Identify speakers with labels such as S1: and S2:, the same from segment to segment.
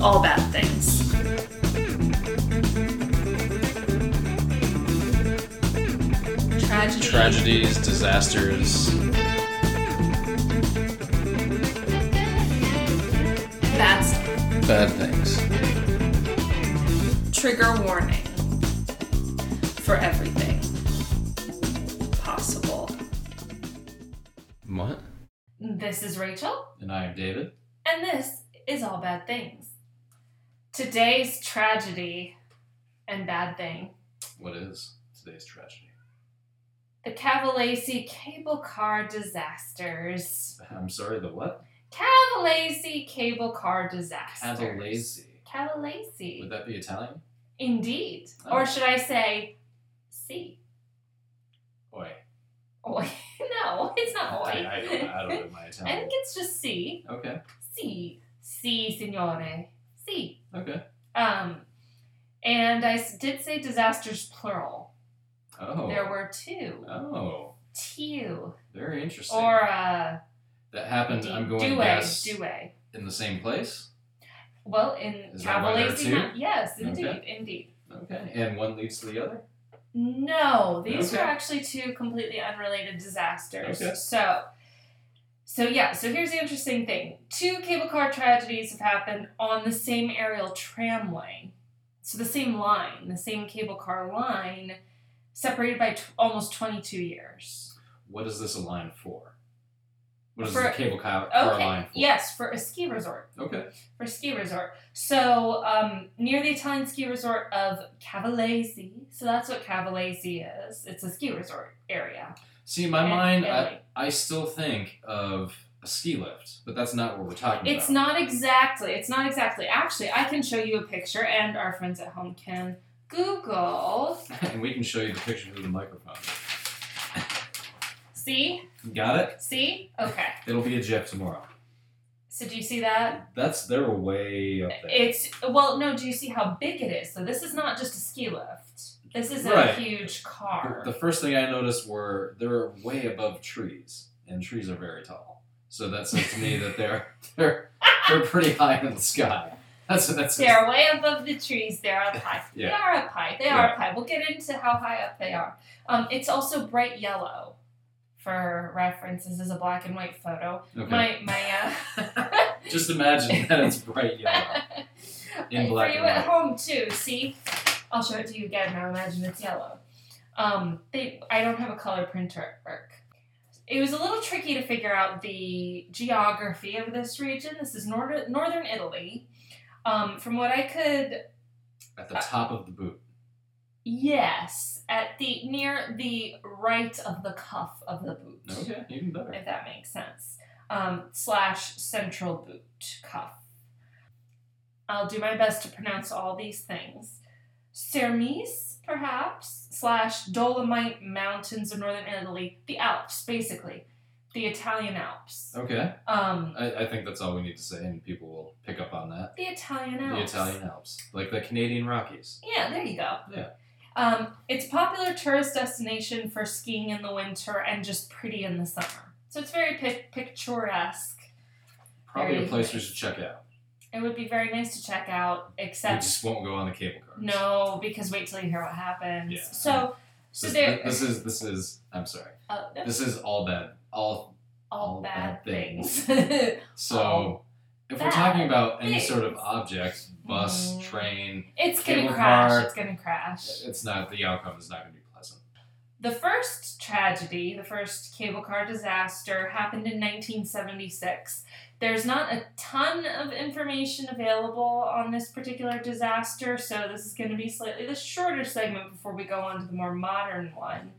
S1: all bad things. Tragedy.
S2: Tragedies, disasters.
S1: That's
S2: Bad things.
S1: trigger warning for everything possible.
S2: What?
S1: This is Rachel,
S2: And I am David.
S1: and this is All Bad Things. Today's tragedy and bad thing
S2: What is today's tragedy?
S1: the Cavalese cable car disasters.
S2: I'm sorry, the what?
S1: Cavalese cable car disasters.
S2: Cavalese.
S1: Cavalese.
S2: Would that be Italian?
S1: Indeed.
S2: Oh.
S1: Or should I say, see?
S2: Oi.
S1: Oi. no, it's not oi.
S2: I, I, don't, I don't know my
S1: I
S2: Italian.
S1: think it's just see.
S2: Okay,
S1: Si, si, signore, si.
S2: okay.
S1: Um, and I s- did say disasters plural.
S2: Oh.
S1: There were two,
S2: Oh,
S1: two,
S2: very interesting.
S1: or uh,
S2: that happened, I'm going to
S1: due,
S2: guess,
S1: due.
S2: in the same place?
S1: Well, in
S2: Is that why there are
S1: Cavalese,
S2: two?
S1: not- yes, indeed,
S2: Okay.
S1: indeed.
S2: Okay, and one leads to the other?
S1: No, these
S2: Okay.
S1: were actually two completely unrelated disasters.
S2: Okay.
S1: So, so yeah. So here's the interesting thing: two cable car tragedies have happened on the same aerial tramway, so the same line, the same cable car line, separated by t- almost 22 years.
S2: What is this a line for? What is
S1: For-
S2: the cable car, car line
S1: Okay.
S2: for?
S1: Yes, for a ski resort.
S2: Okay.
S1: For a ski resort. So um, near the Italian ski resort of Cavallese. So that's what Cavallese is. It's a ski resort area.
S2: See, in my
S1: in
S2: mind, I,
S1: Italy.
S2: I still think of a ski lift, but that's not what we're talking
S1: It's
S2: about.
S1: not exactly. It's not exactly. Actually, I can show you a picture, and our friends at home can Google.
S2: and we can show you the picture through the microphone.
S1: See?
S2: Got it?
S1: See? Okay.
S2: It'll be a GIF tomorrow.
S1: So do you see that?
S2: That's they're way up there.
S1: It's well, no. Do you see how big it is? So this is not just a ski lift. This is a
S2: Right.
S1: huge car.
S2: the first thing I noticed were they're way above trees, and trees are very tall. So that says to me that they're they're they're pretty high in the sky. That's what that says.
S1: They're way above the trees. They're up high. They
S2: Yeah.
S1: are up high. They are up high. We'll get into how high up they are. Um, it's also bright yellow. For reference, this is a black and white photo.
S2: Okay.
S1: My my uh,
S2: Just imagine that it's bright yellow. In black
S1: For you
S2: and
S1: at home too. See, I'll show it to you again. Now imagine it's yellow. Um, they, I don't have a color printer at work. It was a little tricky to figure out the geography of this region. This is northern northern Italy. Um, from what I could,
S2: At the top of the boot.
S1: yes, at the near the right of the cuff of the boot,
S2: Okay, even better.
S1: if that makes sense. Um, slash central boot cuff. I'll do my best to pronounce all these things. Cermis, perhaps, slash Dolomite Mountains of northern Italy, the Alps, basically, the Italian Alps.
S2: Okay.
S1: Um,
S2: I, I think that's all we need to say, and people will pick up on that.
S1: the Italian
S2: The
S1: Alps.
S2: Italian Alps, like the Canadian Rockies.
S1: Yeah, there you go.
S2: Yeah.
S1: Um, it's a popular tourist destination for skiing in the winter and just pretty in the summer. So it's very pic- picturesque.
S2: Probably
S1: Very
S2: a place we
S1: nice.
S2: should check out.
S1: It would be very nice to check out,
S2: We
S1: except
S2: just won't go on the cable cars.
S1: no, because wait till you hear what happens.
S2: Yeah.
S1: So, so
S2: This,
S1: there.
S2: this is this is. I'm sorry.
S1: oh, no,
S2: This is all bad. All
S1: all
S2: all
S1: bad
S2: bad
S1: things.
S2: things.
S1: Um,
S2: So, if we're
S1: bad
S2: talking about any
S1: things.
S2: sort of object, bus,
S1: Mhm.
S2: train,
S1: it's gonna
S2: Cable
S1: crash.
S2: car.
S1: It's gonna crash.
S2: it's not the outcome is not going to be pleasant.
S1: The first tragedy, the first cable car disaster, happened in 1976. There's not a ton of information available on this particular disaster, so this is going to be slightly the shorter segment before we go on to the more modern one.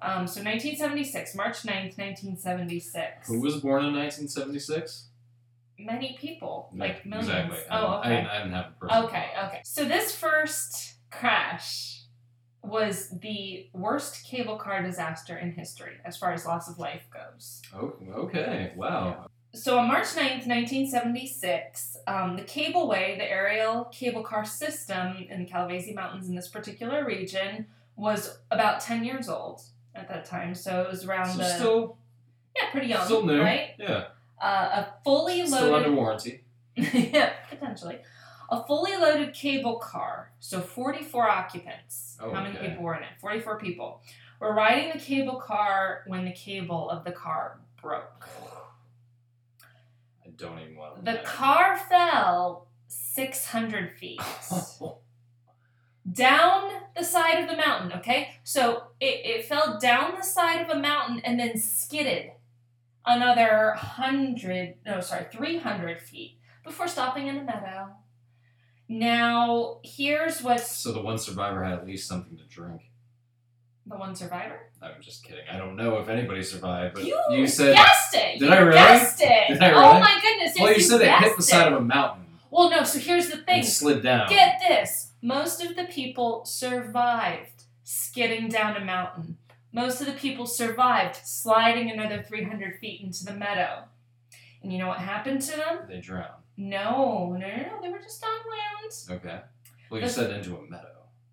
S1: Um, so 1976, March 9th, 1976.
S2: Who was born in 1976?
S1: Many people,
S2: No,
S1: like millions.
S2: Exactly. I
S1: Oh,
S2: don't- I,
S1: okay.
S2: didn't, I didn't have a person.
S1: Okay, okay. So this first crash was the worst cable car disaster in history as far as loss of life goes.
S2: Oh, okay. Wow.
S1: So on March 9th, 1976, um, the cableway, the aerial cable car system in the Calvese Mountains in this particular region, was about 10 years old at that time. So it was around
S2: So
S1: the.
S2: still,
S1: yeah, pretty young,
S2: still new.
S1: right?
S2: Yeah.
S1: Uh, a fully loaded.
S2: Still under warranty.
S1: yeah, potentially. A fully loaded cable car, so 44 occupants.
S2: Oh,
S1: How many
S2: okay.
S1: people were in it? 44 people. Were riding the cable car when the cable of the car broke.
S2: I don't even want to.
S1: The car fell 600 feet down the side of the mountain, okay? So it, it fell down the side of a mountain and then skidded another 100, no, sorry, 300 feet before stopping in a meadow. Now, here's what's
S2: so the one survivor had at least something to drink.
S1: the one survivor.
S2: I'm just kidding. I don't know if anybody survived, but
S1: you,
S2: said.
S1: guessed it.
S2: Did
S1: you
S2: I really?
S1: guessed it.
S2: Did I
S1: Oh
S2: really?
S1: my goodness.
S2: well,
S1: yes,
S2: you said it
S1: guessed
S2: hit the side of a mountain
S1: Well, no, so here's the thing.
S2: and slid down.
S1: Get this. Most of the people survived skidding down a mountain. Most of the people survived sliding another 300 feet into the meadow. And you know what happened to them?
S2: They drowned.
S1: No, no, no, no. They were just on land.
S2: Okay. Well, you
S1: The-
S2: said into a meadow.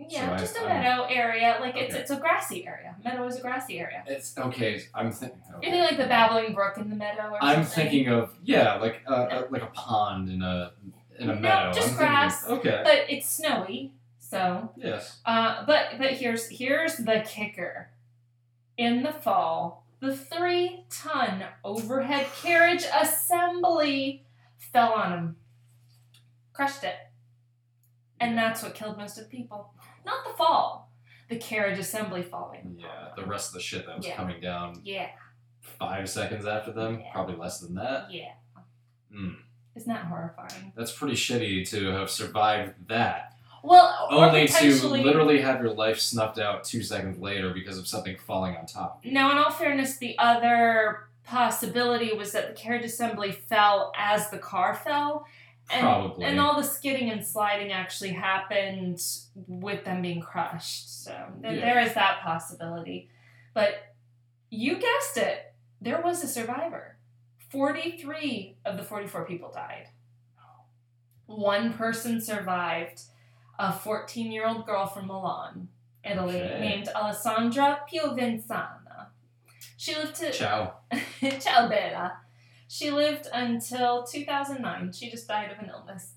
S1: Yeah,
S2: So I-
S1: just a
S2: I'm-
S1: meadow area. Like it's
S2: Okay.
S1: it's a grassy area. Meadow is a grassy area.
S2: It's okay. I'm thinking.
S1: You think like the babbling brook in the meadow or
S2: I'm
S1: something?
S2: thinking of yeah, like a, a like a pond in a in a
S1: No,
S2: meadow.
S1: just
S2: I'm thinking-
S1: grass.
S2: okay.
S1: But it's snowy, so
S2: Yes.
S1: Uh, but but here's here's the kicker. In the fall, the three-ton overhead carriage assembly fell on him, crushed it, and that's what killed most of the people. Not the fall, the carriage assembly falling.
S2: Yeah. The rest of the shit that was
S1: Yeah.
S2: coming down
S1: Yeah,
S2: five seconds after them,
S1: Yeah.
S2: probably less than that.
S1: yeah.
S2: Mm.
S1: Isn't that horrifying?
S2: That's pretty shitty to have survived that,
S1: Well, or
S2: only to
S1: potentially-
S2: literally have your life snuffed out two seconds later because of something falling on top.
S1: Now, in all fairness, the other possibility was that the carriage assembly fell as the car fell. And,
S2: Probably.
S1: And all the skidding and sliding actually happened with them being crushed. So th-
S2: Yeah.
S1: there is that possibility. But you guessed it. There was a survivor. 43 of the 44 people died. One person survived a 14 year old girl from Milan, Italy,
S2: Okay.
S1: named Alessandra Piovenzana. She lived to.
S2: Ciao.
S1: Ciao, Bella. She lived until 2009. She just died of an illness.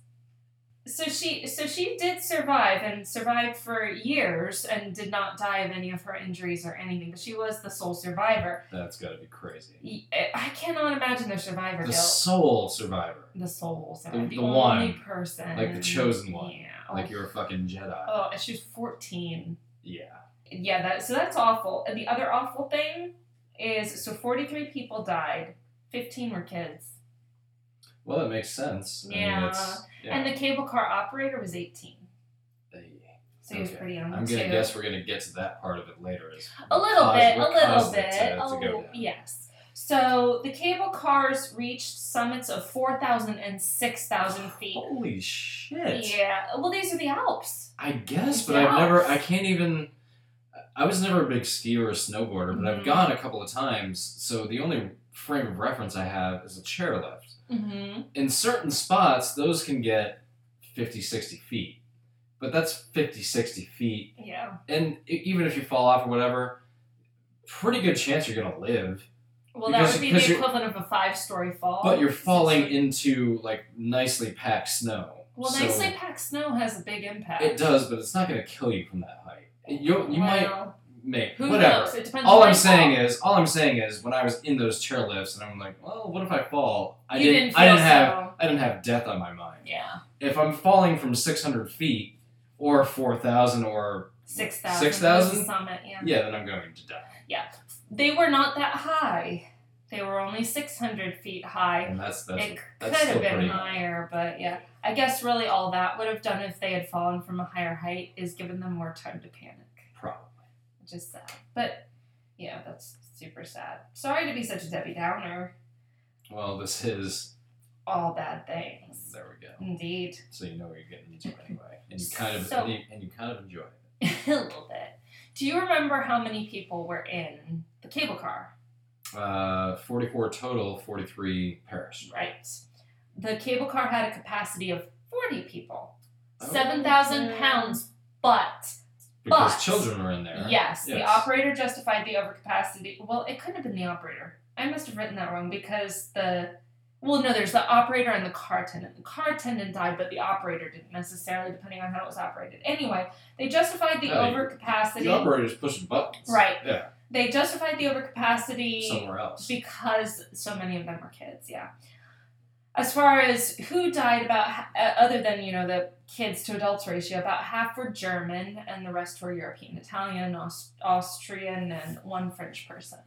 S1: So she so she did survive and survived for years and did not die of any of her injuries or anything. But she was the sole survivor.
S2: That's gotta be crazy.
S1: Y- I cannot imagine the survivor
S2: The
S1: guilt.
S2: sole survivor.
S1: the soul survivor,
S2: the
S1: the only
S2: one.
S1: person,
S2: Like the chosen one.
S1: Yeah.
S2: Like you're a fucking Jedi.
S1: oh, and she was 14.
S2: Yeah.
S1: yeah, that so that's awful. And the other awful thing is so 43 people died, 15 were kids,
S2: Well, that makes sense. I mean,
S1: Yeah.
S2: it's- yeah.
S1: and the cable car operator was 18,
S2: Hey.
S1: so he was
S2: Okay.
S1: pretty young.
S2: I'm gonna
S1: too.
S2: guess we're gonna get to that part of it later. is
S1: a
S2: what
S1: little
S2: caused-
S1: bit, a
S2: what
S1: little
S2: caused
S1: bit.
S2: it to- to
S1: oh,
S2: go down.
S1: yes. So the cable cars reached summits of 4,000 and 6,000 feet.
S2: Holy shit!
S1: Yeah. Well, these are the Alps.
S2: I guess, but
S1: Yeah.
S2: I've never. I can't even. I was never a big skier or snowboarder, but I've
S1: Mhm.
S2: gone a couple of times. So the only frame of reference I have is a chairlift.
S1: Mm-hmm.
S2: In certain spots, those can get 50, 60 feet, but that's 50, 60 feet,
S1: Yeah.
S2: and e- even if you fall off or whatever, pretty good chance you're gonna live.
S1: Well,
S2: Because-
S1: that would be
S2: because
S1: the
S2: you're-
S1: equivalent of a five-story fall.
S2: But you're falling
S1: Six-
S2: into like nicely packed snow.
S1: Well,
S2: so
S1: nicely packed snow has a big impact.
S2: It does, but it's not going to kill you from that height. You you might
S1: Well,
S2: make
S1: who
S2: whatever.
S1: knows? It depends.
S2: All
S1: on
S2: I'm
S1: my
S2: saying
S1: fall.
S2: is, all I'm saying is, when I was in those chairlifts, and I'm like, well, what if I fall? I
S1: you
S2: didn't.
S1: didn't, feel
S2: I didn't have.
S1: So,
S2: I didn't have death on my mind.
S1: yeah,
S2: If I'm falling from 600 feet or 4,000 or
S1: six thousand.
S2: 6,000?
S1: summit. Yeah.
S2: yeah, then I'm going to die,
S1: they were not that high. They were only six hundred feet high.
S2: and that's that's
S1: it
S2: that's
S1: could
S2: still
S1: have been
S2: pretty
S1: higher, but yeah, I guess really all that would have done if they had fallen from a higher height is given them more time to panic,
S2: probably.
S1: which is sad. But yeah, that's super sad. Sorry to be such a Debbie Downer.
S2: Well, this is
S1: All bad things.
S2: there we go.
S1: Indeed.
S2: so you know what you're getting into anyway, and you kind of
S1: So-
S2: and, you, and you kind of enjoy it.
S1: a little bit. Do you remember how many people were in the cable car?
S2: Uh, 44 total, 43 perished.
S1: Right. The cable car had a capacity of 40 people,
S2: Oh.
S1: 7,000 pounds, but
S2: Because
S1: But-
S2: children were in there.
S1: yes, the
S2: Yes.
S1: operator justified the overcapacity. Well, it couldn't have been the operator. I must have written that wrong because the Well, no, there's the operator and the car attendant. The car attendant died, but the operator didn't necessarily, depending on how it was operated. Anyway, they justified the
S2: Yeah, you-
S1: overcapacity.
S2: The operator's pushing buttons.
S1: Right.
S2: Yeah.
S1: They justified the overcapacity
S2: Somewhere else.
S1: because so many of them were kids. Yeah. As far as who died, about ha- uh, other than you know the kids to adults ratio, about half were German and the rest were European, Italian, Aus- Austrian, and one French person.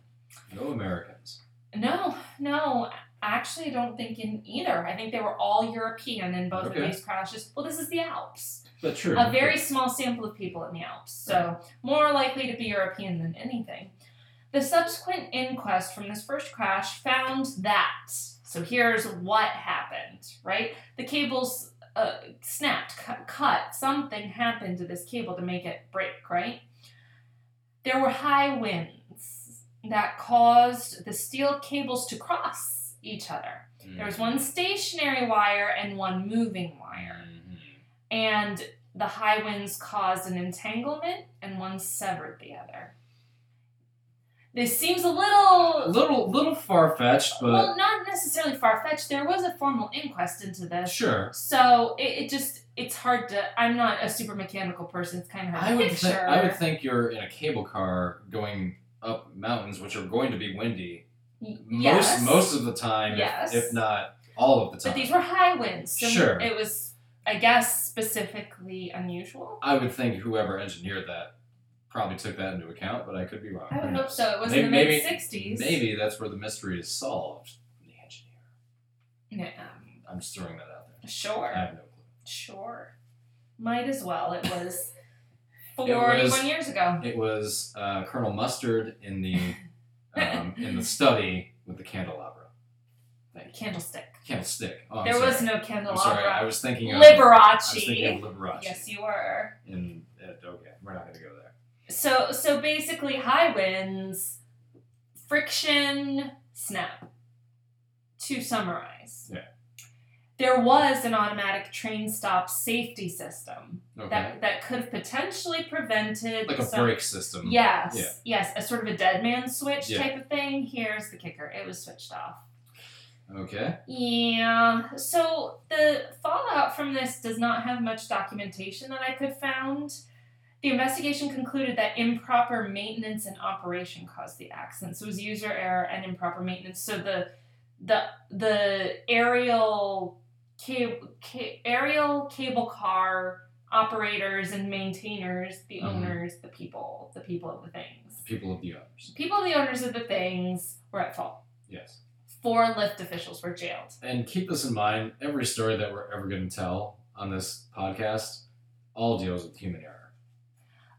S2: No Americans.
S1: No, no. Actually, I don't think in either. I think they were all European in both
S2: Okay.
S1: of these crashes. Well, this is the Alps.
S2: But true.
S1: A very small sample of people in the Alps, so more likely to be European than anything. The subsequent inquest from this first crash found that. So here's what happened, right? The cables uh, snapped, cu- cut. Something happened to this cable to make it break, right? There were high winds that caused the steel cables to cross each other.
S2: Mm.
S1: There was one stationary wire and one moving wire
S2: Mhm.
S1: and the high winds caused an entanglement, and one severed the other. This seems a
S2: A
S1: little,
S2: little, little far fetched, but
S1: well, not necessarily far fetched. There was a formal inquest into this,
S2: sure.
S1: so it, it just it's hard to. I'm not a super mechanical person. It's kind of hard
S2: I
S1: to
S2: would,
S1: picture.
S2: think I would think you're in a cable car going up mountains, which are going to be windy
S1: Y-
S2: most
S1: yes,
S2: most of the time, if-
S1: Yes.
S2: if, not all of the time.
S1: but these were high winds. So
S2: Sure.
S1: it was, I guess, specifically unusual.
S2: I would think whoever engineered that probably took that into account, but I could be wrong.
S1: I would
S2: Who
S1: hope
S2: knows?
S1: so. It was in the
S2: Maybe-
S1: mid
S2: maybe,
S1: '60s.
S2: maybe that's where the mystery is solved. The engineer.
S1: Yeah,
S2: I'm just throwing that out there.
S1: um, sure.
S2: I have no clue.
S1: Sure. Might as well. It was
S2: It was-
S1: 41 years ago.
S2: It was uh, Colonel Mustard in the um, in the study with the candelabra. Thank you.
S1: Candlestick.
S2: Candlestick. Oh, I'm
S1: there
S2: sorry.
S1: was no
S2: I'm sorry. I
S1: candelabra.
S2: was thinking of I was
S1: Liberace.
S2: thinking of Liberace.
S1: Yes, you were.
S2: In, uh, okay, we're not gonna go there.
S1: So so basically high winds, friction, snap. To summarize.
S2: Yeah.
S1: There was an automatic train stop safety system
S2: Okay.
S1: that, that could have potentially prevented
S2: like a
S1: some-
S2: brake system.
S1: Yes.
S2: Yeah.
S1: Yes. A sort of a dead man switch
S2: Yeah.
S1: type of thing. Here's the kicker. It was switched off.
S2: Okay.
S1: Yeah. So the fallout from this does not have much documentation that I could found. The investigation concluded that improper maintenance and operation caused the accident. So it was user error and improper maintenance. So the the the aerial cable ca- aerial cable car operators and maintainers, the
S2: Mhm.
S1: owners, the people, the people of the things.
S2: People of the others.
S1: People, the owners of the things, were at fault.
S2: Yes.
S1: Four lift officials were jailed.
S2: And keep this in mind. Every story that we're ever gonna tell on this podcast all deals with human error.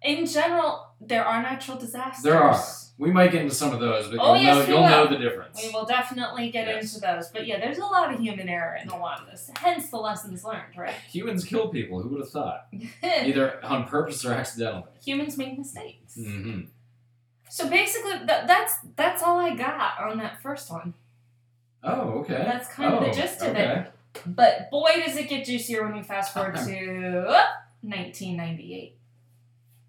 S1: In general, there are natural disasters.
S2: There are. We might get into some of those, but
S1: Oh,
S2: you'll
S1: yes,
S2: know
S1: we
S2: you'll
S1: will.
S2: know the difference.
S1: We will definitely get
S2: Yes.
S1: into those. But yeah, there's a lot of human error in a lot of this. Hence the lessons learned, right?
S2: Humans kill people. Who would have thought? Either on purpose or accidentally.
S1: Humans make mistakes.
S2: Mm-hmm.
S1: So basically, th- that's that's all I got on that first one.
S2: Oh, okay.
S1: That's kind of
S2: oh,
S1: the gist of
S2: okay.
S1: it. But boy, does it get juicier when we fast forward to 1998.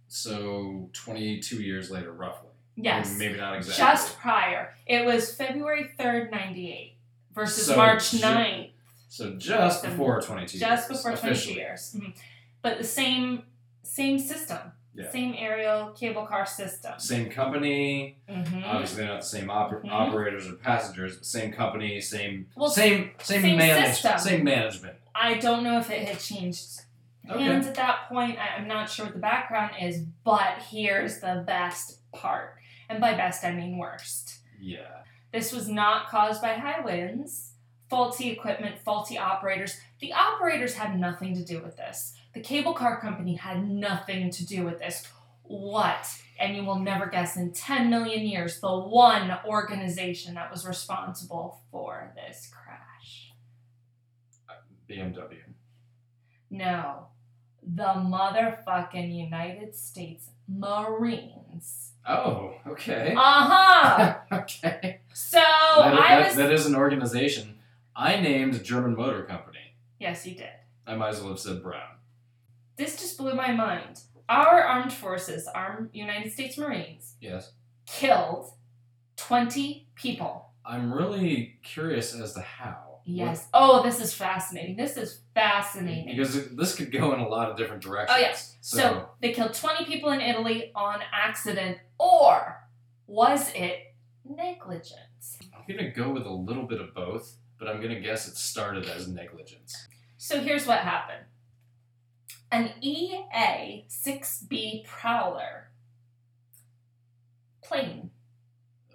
S2: So twenty-two years later, roughly.
S1: Yes.
S2: Maybe not exactly.
S1: Just prior. It was February 3rd, 98 versus
S2: So
S1: March
S2: ju-
S1: 9th.
S2: So just before 22
S1: just
S2: years,
S1: before 22
S2: officially.
S1: years Mhm. but the same same system
S2: Yeah.
S1: same aerial cable car system
S2: Same company,
S1: Mhm.
S2: obviously not the same oper-
S1: Mhm.
S2: operators or passengers, but same company, same
S1: Well,
S2: same same,
S1: same
S2: manage-
S1: system.
S2: same management.
S1: i don't know if it had changed
S2: Okay.
S1: hands at that point I, i'm not sure what the background is but here's the best part and by best i mean worst
S2: Yeah.
S1: this was not caused by high winds faulty equipment faulty operators the operators had nothing to do with this the cable car company had nothing to do with this what, and you will never guess in 10 million years, the one organization that was responsible for this crash.
S2: BMW.
S1: No, the motherfucking United States Marines.
S2: Oh, okay.
S1: Uh huh.
S2: okay.
S1: So
S2: That-
S1: Ah, oh, I
S2: that-
S1: was.
S2: that is an organization. I named German Motor Company.
S1: Yes, you did.
S2: I might as well have said Brown.
S1: This just blew my mind. Our armed forces, our United States Marines,
S2: Yes.
S1: killed 20 people.
S2: I'm really curious as to how.
S1: Yes. Oh, this is fascinating. This is fascinating.
S2: Because it- this could go in a lot of different directions.
S1: Oh, yeah. So, they killed 20 people in Italy on accident, or was it negligence?
S2: I'm gonna go with a little bit of both, but I'm gonna guess it started as negligence.
S1: So here's what happened an E EA 6B Prowler plane,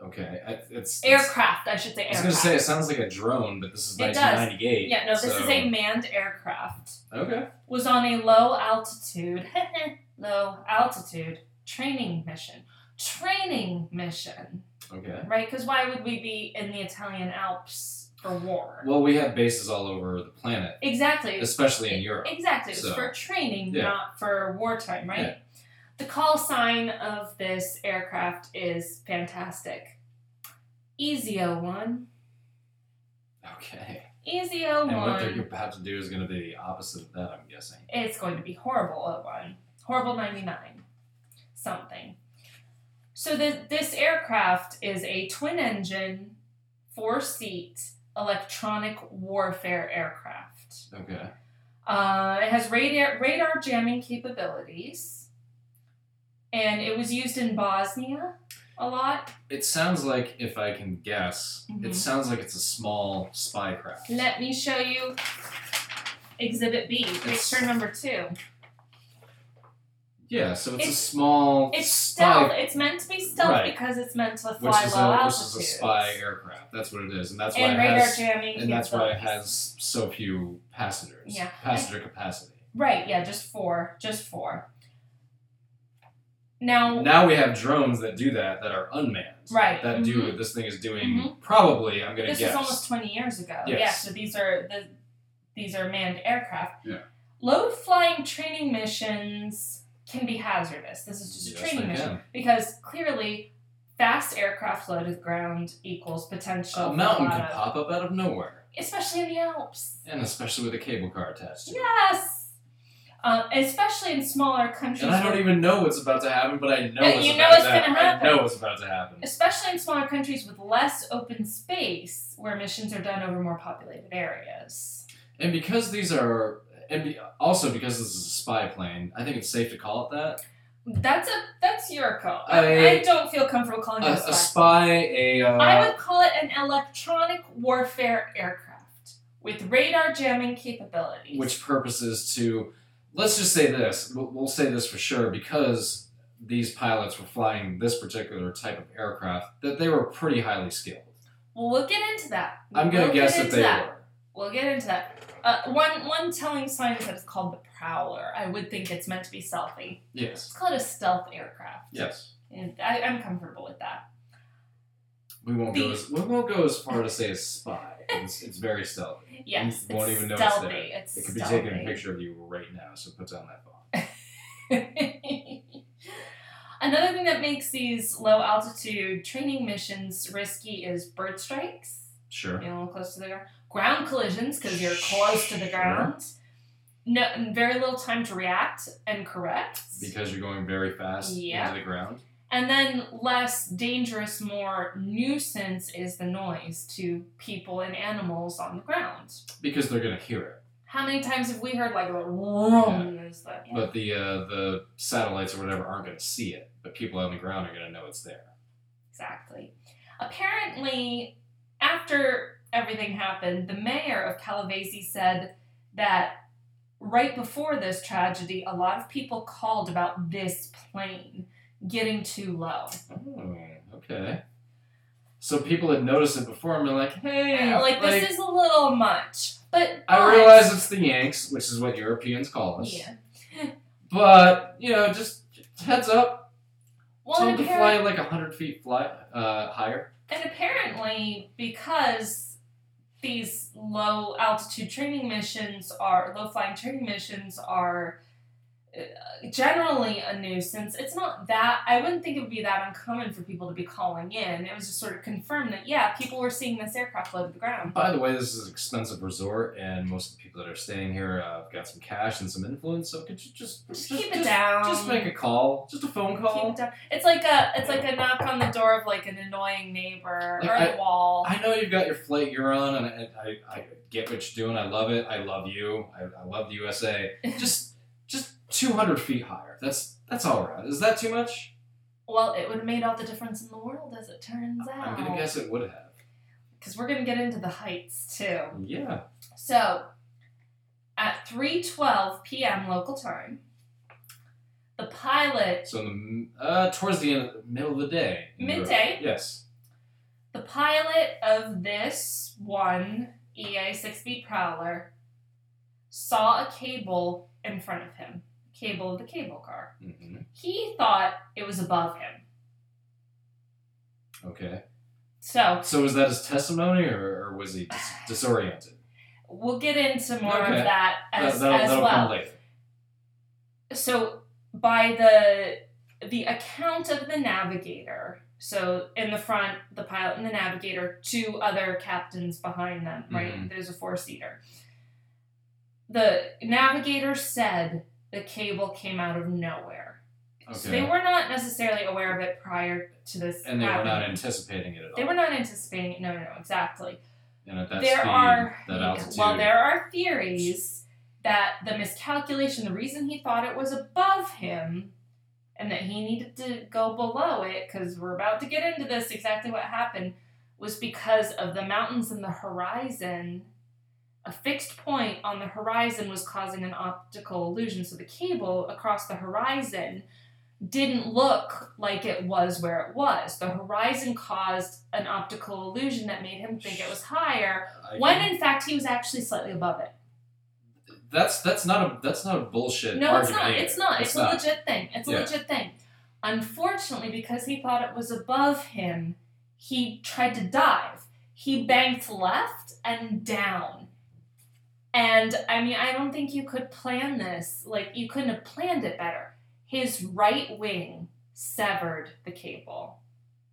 S2: Okay, I, it's it's-
S1: aircraft, I should say
S2: I was
S1: aircraft.
S2: gonna say it sounds like a drone, but this is
S1: It does.
S2: 1998.
S1: yeah, no, this
S2: so-
S1: is a manned aircraft.
S2: okay.
S1: was on a low altitude, low altitude training mission. Training mission,
S2: Okay.
S1: right? Because why would we be in the Italian Alps for war?
S2: Well, we have bases all over the planet,
S1: exactly.
S2: especially in Europe.
S1: Exactly. It was
S2: So-
S1: for training,
S2: Yeah.
S1: not for wartime, right?
S2: Yeah.
S1: The call sign of this aircraft is fantastic. Ezio one.
S2: Okay.
S1: Ezio
S2: And what
S1: one.
S2: they're about to do is gonna be the opposite of that, I'm guessing.
S1: it's going to be horrible at one. Horrible 99. Something. So the, this aircraft is a twin engine, four seat electronic warfare aircraft.
S2: Okay.
S1: Uh, it has radar, radar jamming capabilities, and it was used in Bosnia a lot.
S2: It sounds like, if I can guess,
S1: Mhm.
S2: it sounds like it's a small spy craft.
S1: Let me show you Exhibit B, picture number two.
S2: Yeah, so it's, a
S1: It's-
S2: small
S1: It's
S2: spy
S1: stealth. It's meant to be stealth
S2: Right.
S1: because it's meant to fly
S2: which is
S1: low
S2: a which
S1: altitudes.
S2: is a spy aircraft. That's what it is, and that's why
S1: and
S2: it
S1: radar
S2: has
S1: jamming.
S2: and that's why it
S1: capabilities.
S2: has so few passengers.
S1: Yeah.
S2: passenger capacity.
S1: Right. Yeah. Just four. Just four. Now.
S2: Now we have drones that do that that are unmanned.
S1: Um, Right,
S2: That
S1: mhm.
S2: do what this thing is doing.
S1: Mhm.
S2: Probably, I'm gonna
S1: This
S2: guess.
S1: was almost 20 years ago. Yeah,
S2: Yes.
S1: so these are the these are manned aircraft.
S2: Yeah.
S1: Low flying training missions can be hazardous. This is just a
S2: Yes,
S1: training
S2: they
S1: mission
S2: can.
S1: because clearly fast aircraft low to the ground equals potential.
S2: A
S1: for
S2: Oh, mountain
S1: a lot
S2: could
S1: of-
S2: pop up out of nowhere,
S1: especially in the Alps.
S2: and especially with a cable car attached to it.
S1: Yes. Uh, especially in smaller countries.
S2: And I don't
S1: with-
S2: even know what's about to happen, but I know
S1: Yeah,
S2: it's
S1: you know
S2: about
S1: it's
S2: to
S1: gonna
S2: happen.
S1: happen.
S2: I know it's about to happen.
S1: especially in smaller countries with less open space where missions are done over more populated areas.
S2: And because these are, and be, also because this is a spy plane, I think it's safe to call it that.
S1: That's a that's your call. I,
S2: I-
S1: I don't feel comfortable calling
S2: A,
S1: it
S2: a
S1: a spy.
S2: spy, a. Uh,
S1: I would call it an electronic warfare aircraft with radar jamming capabilities.
S2: which purposes to let's just say this we'll, we'll say this for sure because these pilots were flying this particular type of aircraft that they were pretty highly skilled
S1: well, we'll get into that.
S2: i'm gonna
S1: We'll get
S2: guess that
S1: into
S2: they
S1: that.
S2: were
S1: We'll get into that. Uh, one one telling sign is that it's called the Prowler. I would think it's meant to be stealthy.
S2: yes
S1: Let's call it a stealth aircraft.
S2: yes
S1: And I, I'm comfortable with that.
S2: we won't go
S1: The-
S2: as we won't go as far to say a spy it's, it's very stealthy
S1: Yes,
S2: You won't
S1: it's
S2: even know it's
S1: stealthy.
S2: there.
S1: It's
S2: it could be
S1: stealthy.
S2: taking a picture of you right now so put down that phone
S1: Another thing that makes these low altitude training missions risky is bird strikes.
S2: sure
S1: You know, close to the ground. Ground collisions because you're close to the ground. No, and very little time to react and correct.
S2: because you're going very fast
S1: Yeah.
S2: into the ground
S1: And then less dangerous, more nuisance is the noise to people and animals on the ground.
S2: because they're gonna hear it
S1: How many times have we heard like a room? There's that- yeah.
S2: but the uh, the satellites or whatever aren't gonna see it but people on the ground are gonna know it's there
S1: Exactly. Apparently, after everything happened, the mayor of Calavesi said that right before this tragedy, a lot of people called about this plane getting too low.
S2: Oh, okay. So people had noticed it before and been like, hey,
S1: Uh, like, this is a little much, but
S2: I
S1: but-
S2: realize it's the Yanks, which is what Europeans call us.
S1: Yeah.
S2: But, you know, just heads up.
S1: Well,
S2: tell
S1: and
S2: them to fly
S1: apparently,
S2: like 100 feet fly, uh, higher.
S1: and apparently, because these low altitude training missions are low flying training missions are generally a nuisance. It's not that I wouldn't think it would be that uncommon for people to be calling in. It was just sort of confirmed that yeah, people were seeing this aircraft low to the ground.
S2: By the way, this is an expensive resort, and most of the people that are staying here uh, have got some cash and some influence. So could you just
S1: Just keep it down.
S2: Just make a call, just a phone
S1: Keep
S2: call.
S1: it down. It's like a it's like a knock on the door of like an annoying neighbor or
S2: Like,
S1: a wall.
S2: I know you've got your flight you're on, and I, I, I get what you're doing. I love it. I love you. I, I love the USA. Just just 200 feet higher. That's that's all right. Is that too much?
S1: well, it would have made all the difference in the world as it turns
S2: I'm gonna
S1: out.
S2: guess it would have.
S1: Because we're gonna get into the heights too.
S2: Yeah.
S1: So, at 3:12 p.m. local time, the pilot,
S2: So in the m- uh, towards the end, middle of the day. in Europe.
S1: Midday?
S2: Yes.
S1: the pilot of this one E EA 6B Prowler, saw a cable in front of him, cable of the cable car.
S2: hmm
S1: He thought it was above him.
S2: Okay.
S1: So,
S2: So was that his testimony, or, or was he dis- disoriented?
S1: we'll get into more
S2: Okay.
S1: of that as,
S2: that, will
S1: as
S2: that'll
S1: well.
S2: come later.
S1: so by the the account of the navigator so in the front the pilot and the navigator two other captains behind them right
S2: Mhm.
S1: there's a four seater the navigator said the cable came out of nowhere
S2: Okay.
S1: so they were not necessarily aware of it prior to this
S2: and they were not
S1: happening. anticipating
S2: anticipating it at all.
S1: they were not anticipating it no no no exactly
S2: and at that
S1: there
S2: speed,
S1: are
S2: that altitude.
S1: well there are theories that the miscalculation the reason he thought it was above him and that he needed to go below it because we're about to get into this exactly what happened was because of the mountains and the horizon a fixed point on the horizon was causing an optical illusion so the cable across the horizon didn't look like it was where it was the horizon caused an optical illusion that made him think it was higher
S2: I-
S1: when in fact he was actually slightly above it.
S2: that's that's not a that's not a bullshit
S1: No, it's
S2: argument.
S1: not.
S2: either.
S1: It's not. It's,
S2: It's
S1: a
S2: not.
S1: legit thing. It's a
S2: Yeah.
S1: legit thing. Unfortunately, because he thought it was above him, he tried to dive. He banked left and down. And I mean, I don't think you could plan this. Like, you couldn't have planned it better. His right wing severed the cable.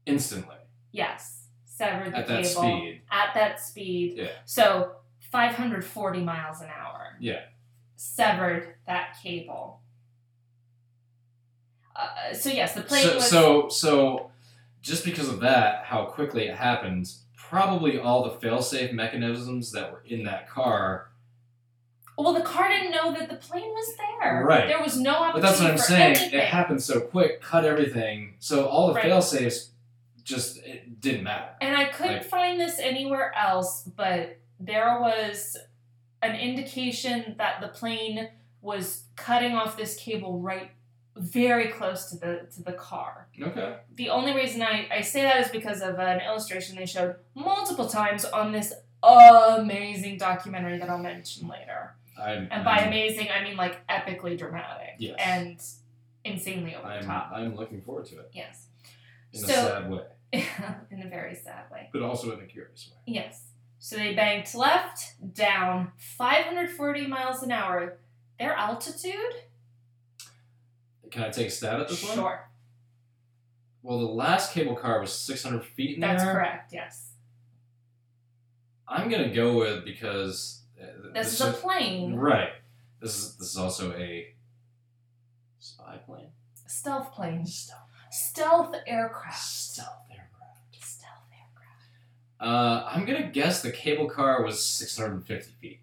S2: instantly
S1: Yes, severed the
S2: at
S1: cable
S2: that speed.
S1: at that speed.
S2: Yeah.
S1: So 540 miles an hour.
S2: Yeah.
S1: Severed that cable. Uh, so yes, the plane
S2: so,
S1: was
S2: so so just because of that how quickly it happened probably all the fail-safe mechanisms that were in that car
S1: well. The car didn't know that the plane was there.
S2: Right.
S1: There was no
S2: but
S1: opportunity
S2: that's what i'm
S1: for
S2: saying
S1: anything.
S2: it happened so quick cut everything so all the
S1: Right.
S2: fail-safes just it didn't matter
S1: and I couldn't
S2: Like-
S1: find this anywhere else, but there was an indication that the plane was cutting off this cable right, very close to the to the car.
S2: okay
S1: the only reason I, I say that is because of an illustration they showed multiple times on this amazing documentary that I'll mention later.
S2: i
S1: And by amazing, I mean like epically dramatic
S2: Mm-hmm. Yes.
S1: and insanely over the
S2: I'm,
S1: top.
S2: I'm looking forward to it
S1: Yes.
S2: in a
S1: So-
S2: sad way
S1: in a very sad way.
S2: but also in a curious way
S1: Yes. So they banked left, down, 540 miles an hour. Their altitude?
S2: can i take a stab at this one
S1: Sure.
S2: well the last cable car was 600 feet in
S1: That's
S2: the air
S1: correct, yes.
S2: i'm gonna go with because uh,
S1: This, is a plane,
S2: Right. This is this is also a spy plane.
S1: stealth plane,
S2: Stealth.
S1: stealth aircraft.
S2: Stealth aircraft.
S1: Stealth aircraft.
S2: Uh, I'm gonna guess the cable car was 650 feet.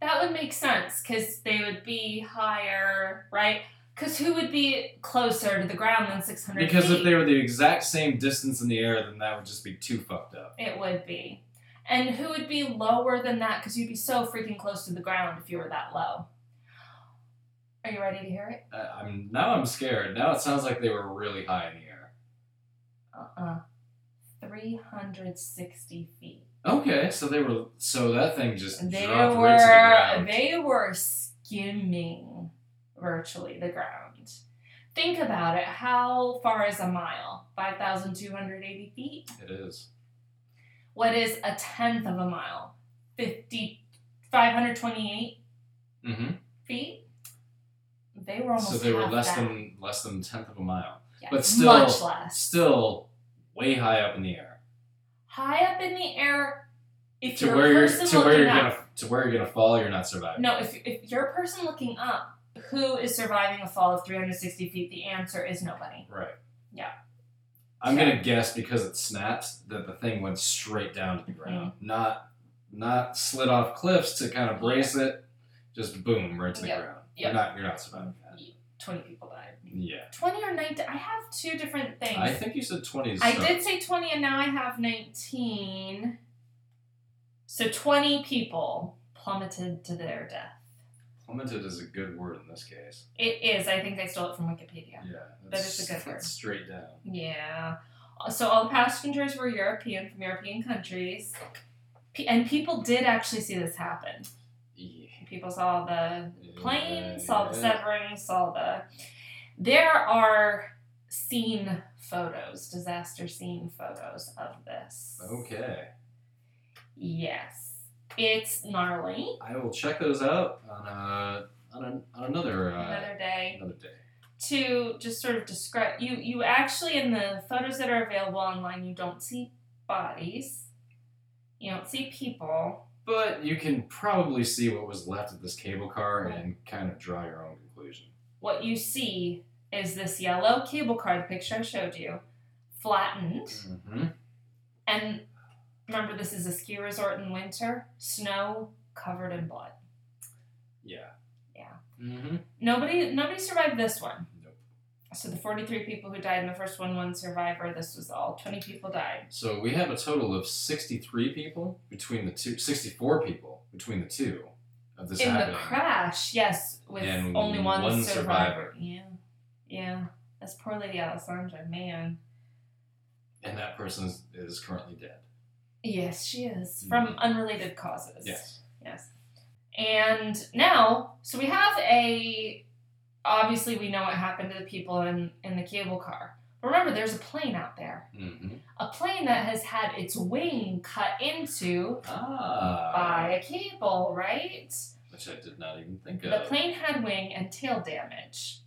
S1: That would make sense because they would be higher, right? Because who would be closer to the ground than 600
S2: Because
S1: feet?
S2: if they were the exact same distance in the air, then that would just be too fucked up.
S1: It would be. And who would be lower than that? Because you'd be so freaking close to the ground if you were that low. Are you ready to hear it?
S2: Uh, I'm now I'm scared. Now it sounds like they were really high in the air.
S1: Uh-uh. 360 feet.
S2: Okay, so they were. So that thing just
S1: They
S2: dropped right to the ground.
S1: were they were skimming virtually the ground. Think about it. How far is a mile? 5,280 feet?
S2: It is.
S1: what is a tenth of a mile 50 528
S2: Mm-hmm.
S1: feet They were almost
S2: so they were
S1: half
S2: less
S1: that.
S2: than less than a tenth of a mile.
S1: Yeah,
S2: but still-
S1: much less.
S2: Still way high up in the air.
S1: High up in the air. If
S2: To
S1: you're
S2: where
S1: a
S2: you're
S1: person
S2: to where
S1: looking
S2: you're
S1: up,
S2: gonna to where you're gonna fall, you're not surviving.
S1: No, if, if you're a person looking up, who is surviving a fall of 360 feet? The answer is nobody.
S2: Right.
S1: Yeah.
S2: I'm
S1: So-
S2: gonna guess because it snaps that the thing went straight down to the ground,
S1: Mm-hmm.
S2: not not slid off cliffs to kind of brace it, just boom right to the
S1: Yep.
S2: ground.
S1: Yep.
S2: You're not you're not surviving that.
S1: 20 people died.
S2: Yeah,
S1: 20 or 19? I have two different things.
S2: I think you said twenties.
S1: I did say 20 and now I have 19. So 20 people plummeted to their death.
S2: Plummeted is a good word in this case.
S1: It is. I think I stole it from Wikipedia.
S2: Yeah,
S1: That is a good
S2: that's
S1: word.
S2: Straight down.
S1: Yeah. So all the passengers were European from European countries. P- and people did actually see this happen.
S2: Yeah.
S1: People saw the plane, saw the
S2: Yeah.
S1: severing, saw the. There are scene photos, disaster scene photos of this.
S2: Okay,
S1: Yes. It's gnarly.
S2: I will check those out on a, on, an on another uh,
S1: Another day.
S2: another day.
S1: To just sort of describe, you, you actually, in the photos that are available online, you don't see bodies, you don't see people.
S2: But you can probably see what was left of this cable car and kind of draw your own conclusion.
S1: What you see is this yellow cable car, the picture I showed you, flattened.
S2: Mm-hmm.
S1: And remember, this is a ski resort in winter, snow covered in blood.
S2: Yeah.
S1: Yeah.
S2: Mm-hmm.
S1: Nobody, nobody survived this one.
S2: Nope.
S1: So the forty-three people who died in the first one, one survivor. This was all twenty people died.
S2: So we have a total of 63 people between the two, 64 people between the two of this
S1: in
S2: happening.
S1: the crash, yes, with
S2: And
S1: only one,
S2: one
S1: survivor. Yeah, yeah. That's poor lady Alessandra, man.
S2: and that person is, is currently dead.
S1: Yes, she is
S2: Mm.
S1: from unrelated causes.
S2: Yes.
S1: Yes. And now, so we have a. Obviously, we know what happened to the people in, in the cable car. But remember, there's a plane out there.
S2: Mm-hmm.
S1: A plane that has had its wing cut into
S2: Ah.
S1: by a cable, right?
S2: Which I did not even think
S1: The
S2: of.
S1: plane had wing and tail damage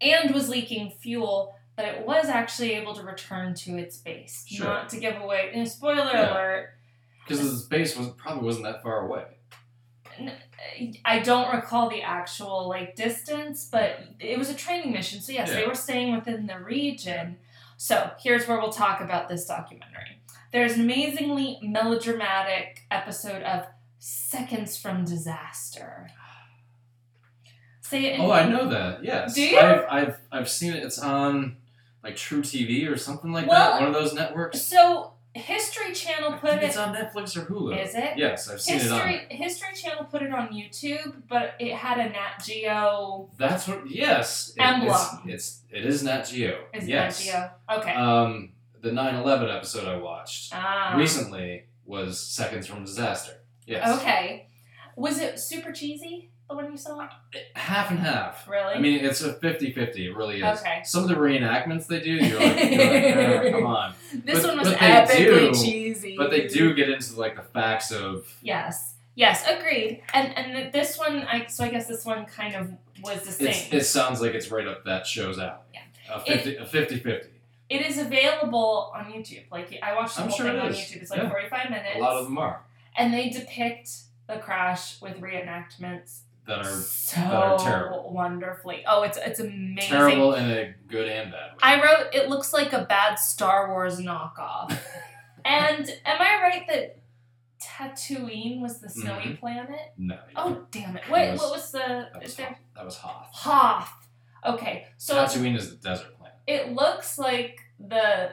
S1: and was leaking fuel, but it was actually able to return to its base.
S2: Sure.
S1: Not to give away, and spoiler
S2: Yeah.
S1: alert,
S2: Because the base was, probably wasn't that far away.
S1: I don't recall the actual like distance, but it was a training mission. So yes, they
S2: Yeah.
S1: were staying within the region. So here's where we'll talk about this documentary. There's an amazingly melodramatic episode of Seconds from Disaster. Say it. In-
S2: Oh, I know that. Yes.
S1: Do you?
S2: I've, I've, I've seen it. It's on like True TV or something like
S1: Well,
S2: that. One of those networks.
S1: So History Channel
S2: I
S1: put
S2: think
S1: it.
S2: it's on Netflix or Hulu.
S1: Is it?
S2: Yes, I've seen it
S1: History History Channel put it on YouTube, but it had a Nat Geo.
S2: on. That's what. Yes. It, it's,
S1: Emblem.
S2: it's it is Nat Geo.
S1: Is it
S2: yes.
S1: Nat Geo? Okay.
S2: Um, the 9/11 episode I watched
S1: ah.
S2: recently was Seconds from Disaster. Yes.
S1: Okay. Was it super cheesy, the one you saw?
S2: Half and half.
S1: Really?
S2: I mean, it's a 50-50. It really is.
S1: Okay.
S2: Some of the reenactments they do, you're like, you're like, "Ah, come on.
S1: this
S2: but-
S1: one was
S2: but they
S1: epically
S2: do-
S1: cheesy.
S2: But they do get into like the facts of
S1: Yes. Yes, agreed. And and th- this one, I so I guess this one kind of was the same.
S2: It's, it sounds like it's right up that show's alley.
S1: Yeah.
S2: A 50 a 50 50.
S1: it is available on YouTube. Like I watched the
S2: I'm
S1: whole
S2: sure
S1: thing
S2: it
S1: on
S2: is.
S1: YouTube. It's like
S2: Yeah.
S1: 45 minutes.
S2: A lot of them are.
S1: and they depict the crash with reenactments
S2: That are
S1: so
S2: terrible.
S1: wonderfully. Oh, it's it's amazing.
S2: terrible in a good and bad way.
S1: I wrote it looks like a bad Star Wars knockoff. and am I right that Tatooine was the snowy
S2: Mhm.
S1: planet?
S2: no. you're-
S1: Oh damn it! What
S2: was-
S1: what was the
S2: that,
S1: is
S2: was
S1: there
S2: Hoth. that was Hoth.
S1: Hoth? Okay, so it's-
S2: Tatooine is the desert planet.
S1: it looks like the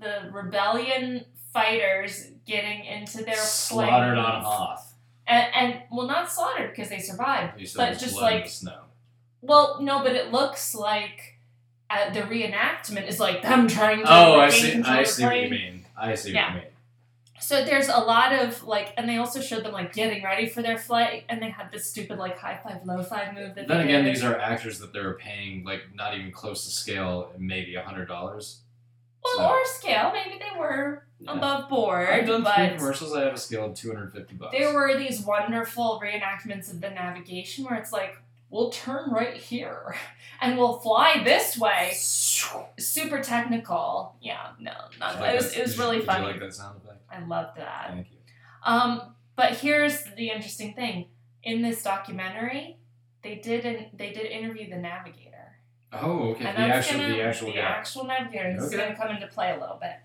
S1: the rebellion fighters getting into their
S2: Slaughtered
S1: planes.
S2: on Hoth.
S1: and, and well, not slaughtered because they survived.
S2: You said
S1: But
S2: it was
S1: just
S2: blood in
S1: like-
S2: the snow.
S1: Well, no, but it looks like. Uh, the reenactment is like them trying to
S2: Oh, I
S1: regain
S2: see.
S1: control
S2: I
S1: of the
S2: see what you
S1: plane.
S2: mean. I see
S1: Yeah.
S2: what you mean.
S1: So there's a lot of like, and they also showed them like getting ready for their flight, and they had this stupid like high five, low five move. That
S2: Then
S1: they
S2: again,
S1: did.
S2: these are actors that they're paying like not even close to scale, maybe a hundred dollars.
S1: well, or scale. Maybe they were above board,
S2: I've done three
S1: but
S2: commercials. I have a scale of two hundred fifty bucks.
S1: there were these wonderful reenactments of the navigation where it's like, we'll turn right here and we'll fly this way. Super technical. Yeah, no,
S2: Did
S1: not,
S2: you like
S1: it was,
S2: that-
S1: it was
S2: did you-
S1: really
S2: did
S1: funny.
S2: You like that sound effect?
S1: I love that.
S2: Thank you.
S1: Um, but here's the interesting thing. In this documentary, they did an, they did interview the navigator.
S2: Oh, okay.
S1: And
S2: the
S1: that's
S2: actual,
S1: gonna,
S2: the actual guy.
S1: actual navigator. and This is
S2: Okay.
S1: going to come into play a little bit.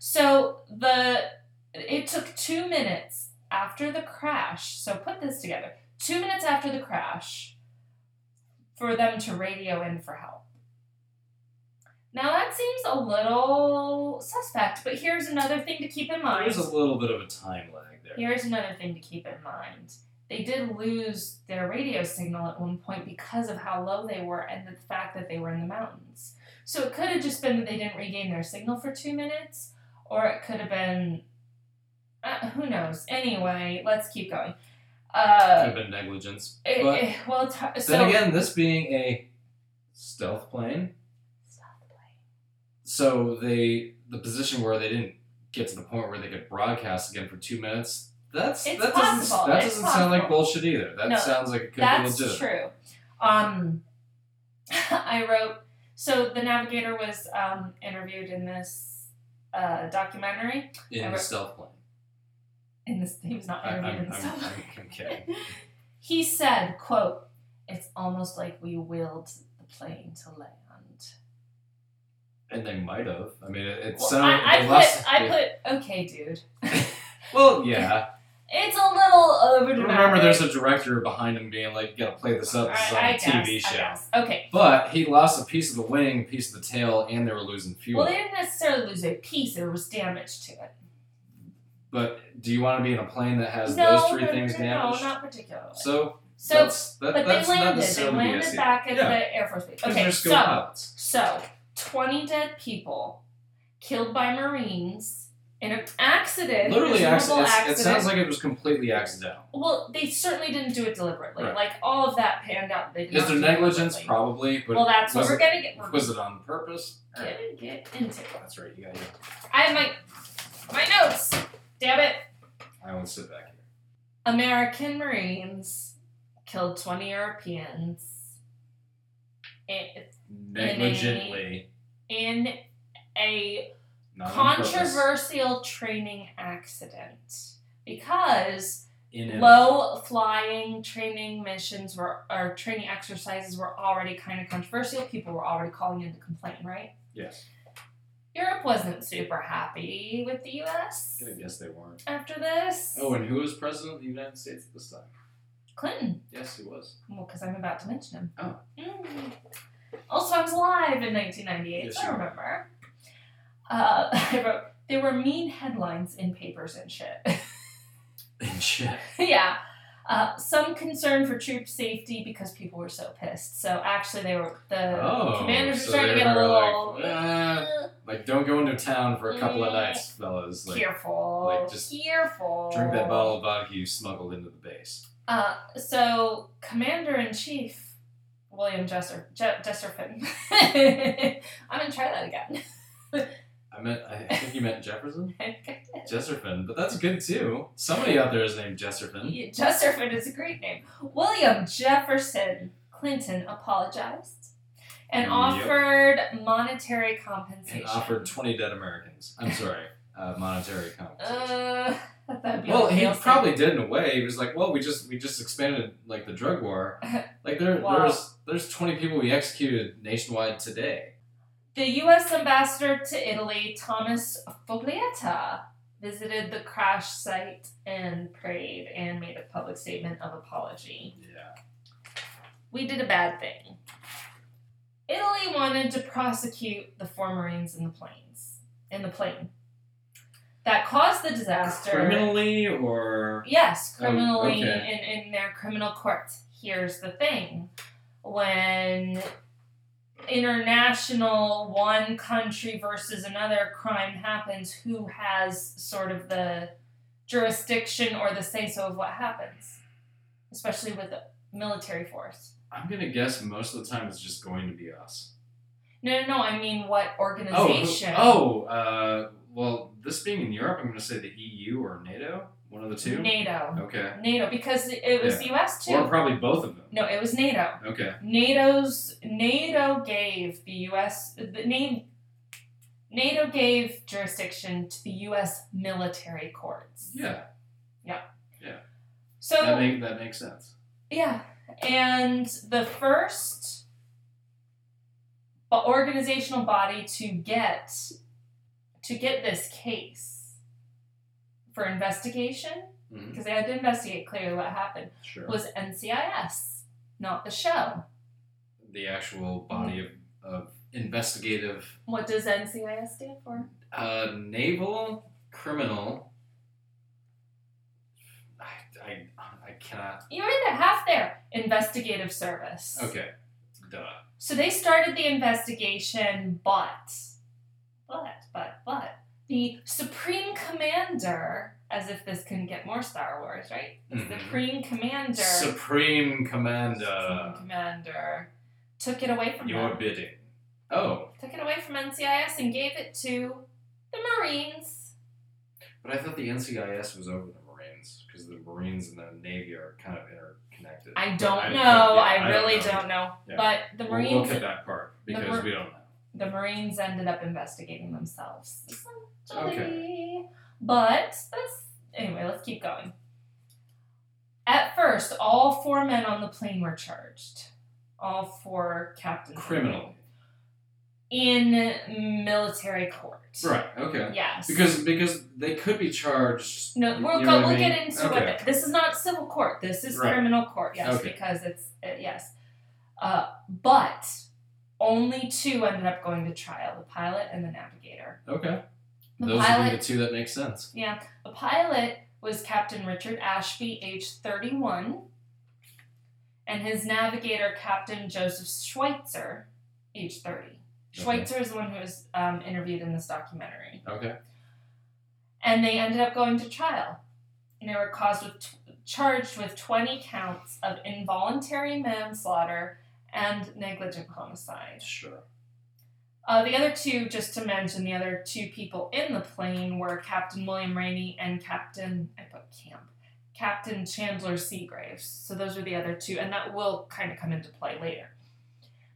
S1: So the it took two minutes after the crash. So put this together. Two minutes after the crash, for them to radio in for help. Now that seems a little suspect, but here's another thing to keep in mind.
S2: There's a little bit of a time lag there.
S1: Here's another thing to keep in mind. They did lose their radio signal at one point because of how low they were and the fact that they were in the mountains. So it could have just been that they didn't regain their signal for two minutes, or it could have been. Uh, who knows? Anyway, let's keep going.
S2: Could
S1: Uh,
S2: have been negligence.
S1: it-
S2: but
S1: it- well, it's hard, so.
S2: then again, this being a stealth plane,
S1: Stop the play.
S2: so they the position where they didn't get to the point where they could broadcast again for two minutes. That's
S1: It's
S2: that
S1: possible.
S2: doesn't that
S1: It's
S2: doesn't sound like
S1: possible.
S2: bullshit either. That
S1: No,
S2: sounds like it could
S1: That's
S2: be legit.
S1: true. Um, I wrote so the navigator was um, interviewed in this uh, documentary,
S2: In
S1: Ever-
S2: the stealth plane.
S1: in this he was not
S2: I, I'm,
S1: interviewed
S2: I'm,
S1: in
S2: I'm,
S1: some-
S2: I'm kidding.
S1: he said quote it's almost like we willed the plane to land
S2: And they might have. I mean, it, it
S1: Well,
S2: sounded
S1: I, I
S2: the less-
S1: put i put okay dude
S2: Well, yeah.
S1: it's a little over
S2: Remember, there's a director behind him being like, "You gotta play this up. This is on
S1: I,
S2: a
S1: guess,
S2: TV
S1: I
S2: show."
S1: guess. okay
S2: But he lost a piece of the wing, piece of the tail, and they were losing fuel.
S1: well they didn't necessarily lose a piece there was damage to it
S2: but do you want to be in a plane that has
S1: no,
S2: those three
S1: no,
S2: things
S1: no,
S2: damaged?
S1: no not particularly
S2: so,
S1: So,
S2: that's, that,
S1: but
S2: that's
S1: they
S2: not
S1: landed they
S2: necessarily
S1: landed
S2: BS.
S1: back at
S2: Yeah.
S1: the air force base
S2: Because
S1: okay
S2: they're
S1: so
S2: skilled pilots.
S1: So, 20 dead people killed by Marines in an accident.
S2: Literally, acc-
S1: miserable
S2: it's-
S1: accident.
S2: it sounds like it was completely accidental.
S1: Well, they certainly didn't do it deliberately.
S2: Right.
S1: Like, all of that panned out. They did
S2: Is
S1: not
S2: there
S1: do it
S2: negligence?
S1: deliberately.
S2: Probably. But
S1: Well, that's what
S2: was
S1: we're
S2: it,
S1: going to get. We're
S2: Was it on purpose?
S1: going to get into.
S2: That's right. You got it.
S1: I have my, my notes. Damn it.
S2: I won't sit back here.
S1: American Marines killed 20 Europeans in,
S2: Negligently,
S1: in a
S2: not on purpose,
S1: controversial training accident because
S2: in and
S1: low flying training missions were or training exercises were already kind of controversial people were already calling in to complain right
S2: Yes.
S1: europe wasn't super happy with the us
S2: I guess they weren't.
S1: after this
S2: Oh, and who was president of the United States at this time?
S1: clinton
S2: Yes, he was.
S1: well because i'm about to mention him
S2: Oh.
S1: Mm. also i was alive in 1998
S2: Yes,
S1: so i
S2: you were.
S1: remember uh, i wrote there were mean headlines in papers and shit
S2: And shit.
S1: yeah. Uh, some concern for troop safety because people were so pissed. So actually, they were the
S2: Oh,
S1: commanders
S2: so
S1: were starting to
S2: they
S1: get a
S2: were
S1: little
S2: like, "Ah." Like, don't go into town for a couple of
S1: Mm.
S2: nights, fellas. Like,
S1: careful,
S2: like, just
S1: careful.
S2: drink that bottle of vodka you smuggled into the base.
S1: Uh, so Commander in Chief William Jesser Je- Jesserfin. I'm gonna try that again.
S2: I meant, I think you meant Jefferson?
S1: Okay.
S2: Jesserfin, but that's good too. Somebody out there is named Jesserfin.
S1: Jesserfin is a great name. William Jefferson Clinton apologized and
S2: Yep.
S1: offered monetary compensation.
S2: And offered 20 dead Americans. I'm sorry, uh, monetary compensation.
S1: Uh, that'd be
S2: well,
S1: like
S2: he
S1: Nielsen.
S2: probably did in a way. He was like, "Well, we just we just expanded like the drug war. Like there
S1: Wow.
S2: there's there's 20 people we executed nationwide today.
S1: The U.S. ambassador to Italy, Thomas Foglietta, visited the crash site and prayed and made a public statement of apology.
S2: Yeah,
S1: We did a bad thing. Italy wanted to prosecute the four Marines in the planes in the plane that caused the disaster.
S2: criminally or
S1: Yes,
S2: Oh,
S1: criminally
S2: okay.
S1: in, in their criminal courts. Here's the thing when international one country versus another crime happens, who has sort of the jurisdiction or the say so of what happens, especially with the military force?
S2: I'm gonna guess most of the time it's just going to be us.
S1: No, no, no. I mean, what
S2: Oh, who-
S1: organization?
S2: oh, uh, well, this being in Europe, I'm going to say the EU or NATO, one of the two.
S1: NATO.
S2: Okay.
S1: NATO, because it was the US too.
S2: Or probably both of them.
S1: no, it was NATO.
S2: Okay.
S1: NATO's NATO gave the US the name NATO gave jurisdiction to the US military courts.
S2: Yeah.
S1: So
S2: That make, that makes sense.
S1: Yeah, and the first bo- organizational body to get to get this case for investigation
S2: hmm
S1: because they had to investigate clearly what happened
S2: Sure.
S1: was NCIS, not the show.
S2: The actual body of, of investigative
S1: What does NCIS stand for?
S2: uh, naval criminal. I, I, I cannot.
S1: You were in the half there. Investigative service.
S2: Okay. Duh.
S1: So they started the investigation, but, but, but, but, the Supreme Commander, as if this couldn't get more Star Wars, right? The
S2: Mhm.
S1: Supreme Commander.
S2: Supreme
S1: Supreme
S2: Commander,
S1: Commander took it away from
S2: your
S1: them.
S2: bidding. Oh,
S1: Took it away from NCIS and gave it to the Marines.
S2: but I thought the NCIS was over the Marines because the Marines and the Navy are kind of interconnected.
S1: I
S2: But
S1: don't know.
S2: yeah,
S1: I really don't know.
S2: Yeah.
S1: But the
S2: We'll
S1: Marines,
S2: look at that part
S1: the
S2: because
S1: Mar-
S2: we don't know.
S1: the Marines ended up investigating themselves. Essentially.
S2: Okay.
S1: But that's anyway, let's keep going. At first, all four men on the plane were charged. All four captains.
S2: Criminally,
S1: In military court.
S2: right? Okay,
S1: Yes.
S2: because because they could be charged.
S1: no,
S2: you
S1: we'll,
S2: know
S1: go,
S2: what I
S1: we'll
S2: mean?
S1: get into
S2: okay.
S1: what this is not civil court. This is
S2: Right.
S1: criminal court. Yes,
S2: Okay.
S1: because it's uh, yes. Uh, but only two ended up going to trial: the pilot and the navigator.
S2: Okay,
S1: The
S2: those
S1: pilot
S2: would be the two that make sense.
S1: Yeah, the pilot was Captain Richard Ashby, age 31, and his navigator, Captain Joseph Schweitzer, age 30. Schweitzer is the one who was um, interviewed in this documentary.
S2: Okay,
S1: And they ended up going to trial. And they were caused with t- charged with 20 counts of involuntary manslaughter and negligent homicide.
S2: sure.
S1: Uh, the other two, just to mention, the other two people in the plane were Captain William Rainey and Captain, I put Camp, Captain Chandler Seagraves. So those were the other two, and that will kind of come into play later.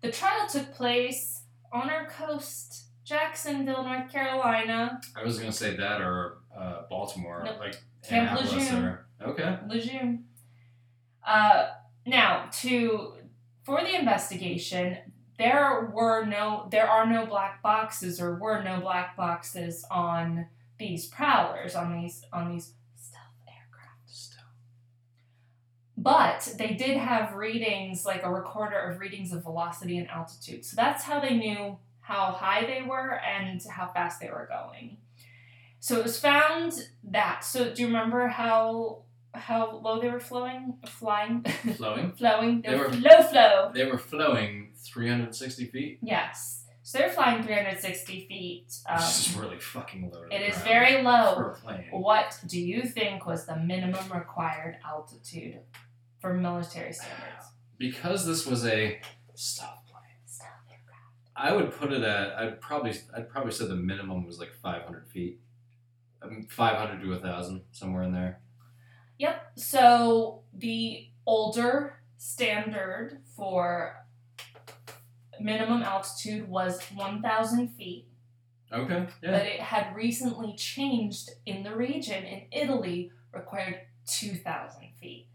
S1: The trial took place on our coast, Jacksonville, North Carolina,
S2: I was gonna say that or uh, Baltimore,
S1: Nope.
S2: like
S1: Camp
S2: Annapolis
S1: Lejeune.
S2: or okay.
S1: Lejeune. Uh, now, to for the investigation, there were no, there are no black boxes, or were no black boxes on these prowlers, on these, on these stealth aircraft. But they did have readings, like a recorder of readings of velocity and altitude. So that's how they knew how high they were and how fast they were going. So it was found that. So do you remember how how low they were flowing, flying,
S2: Flowing.
S1: flowing?
S2: They
S1: They were
S2: were-
S1: low flow.
S2: They were flowing 360 feet.
S1: Yes. So they're flying 360 feet. Um,
S2: this is really fucking low. to
S1: it
S2: the
S1: is
S2: ground
S1: very low.
S2: For a plane.
S1: What do you think was the minimum required altitude for military standards?
S2: Because this was a stop plane.
S1: Stealth aircraft.
S2: I would put it at. I'd probably. I'd probably say the minimum was like 500 feet. I mean, 500 to 1,000, somewhere in there.
S1: Yep. So the older standard for minimum altitude was 1,000 feet,
S2: Okay. Yeah.
S1: but it had recently changed in the region in Italy, required 2,000 feet.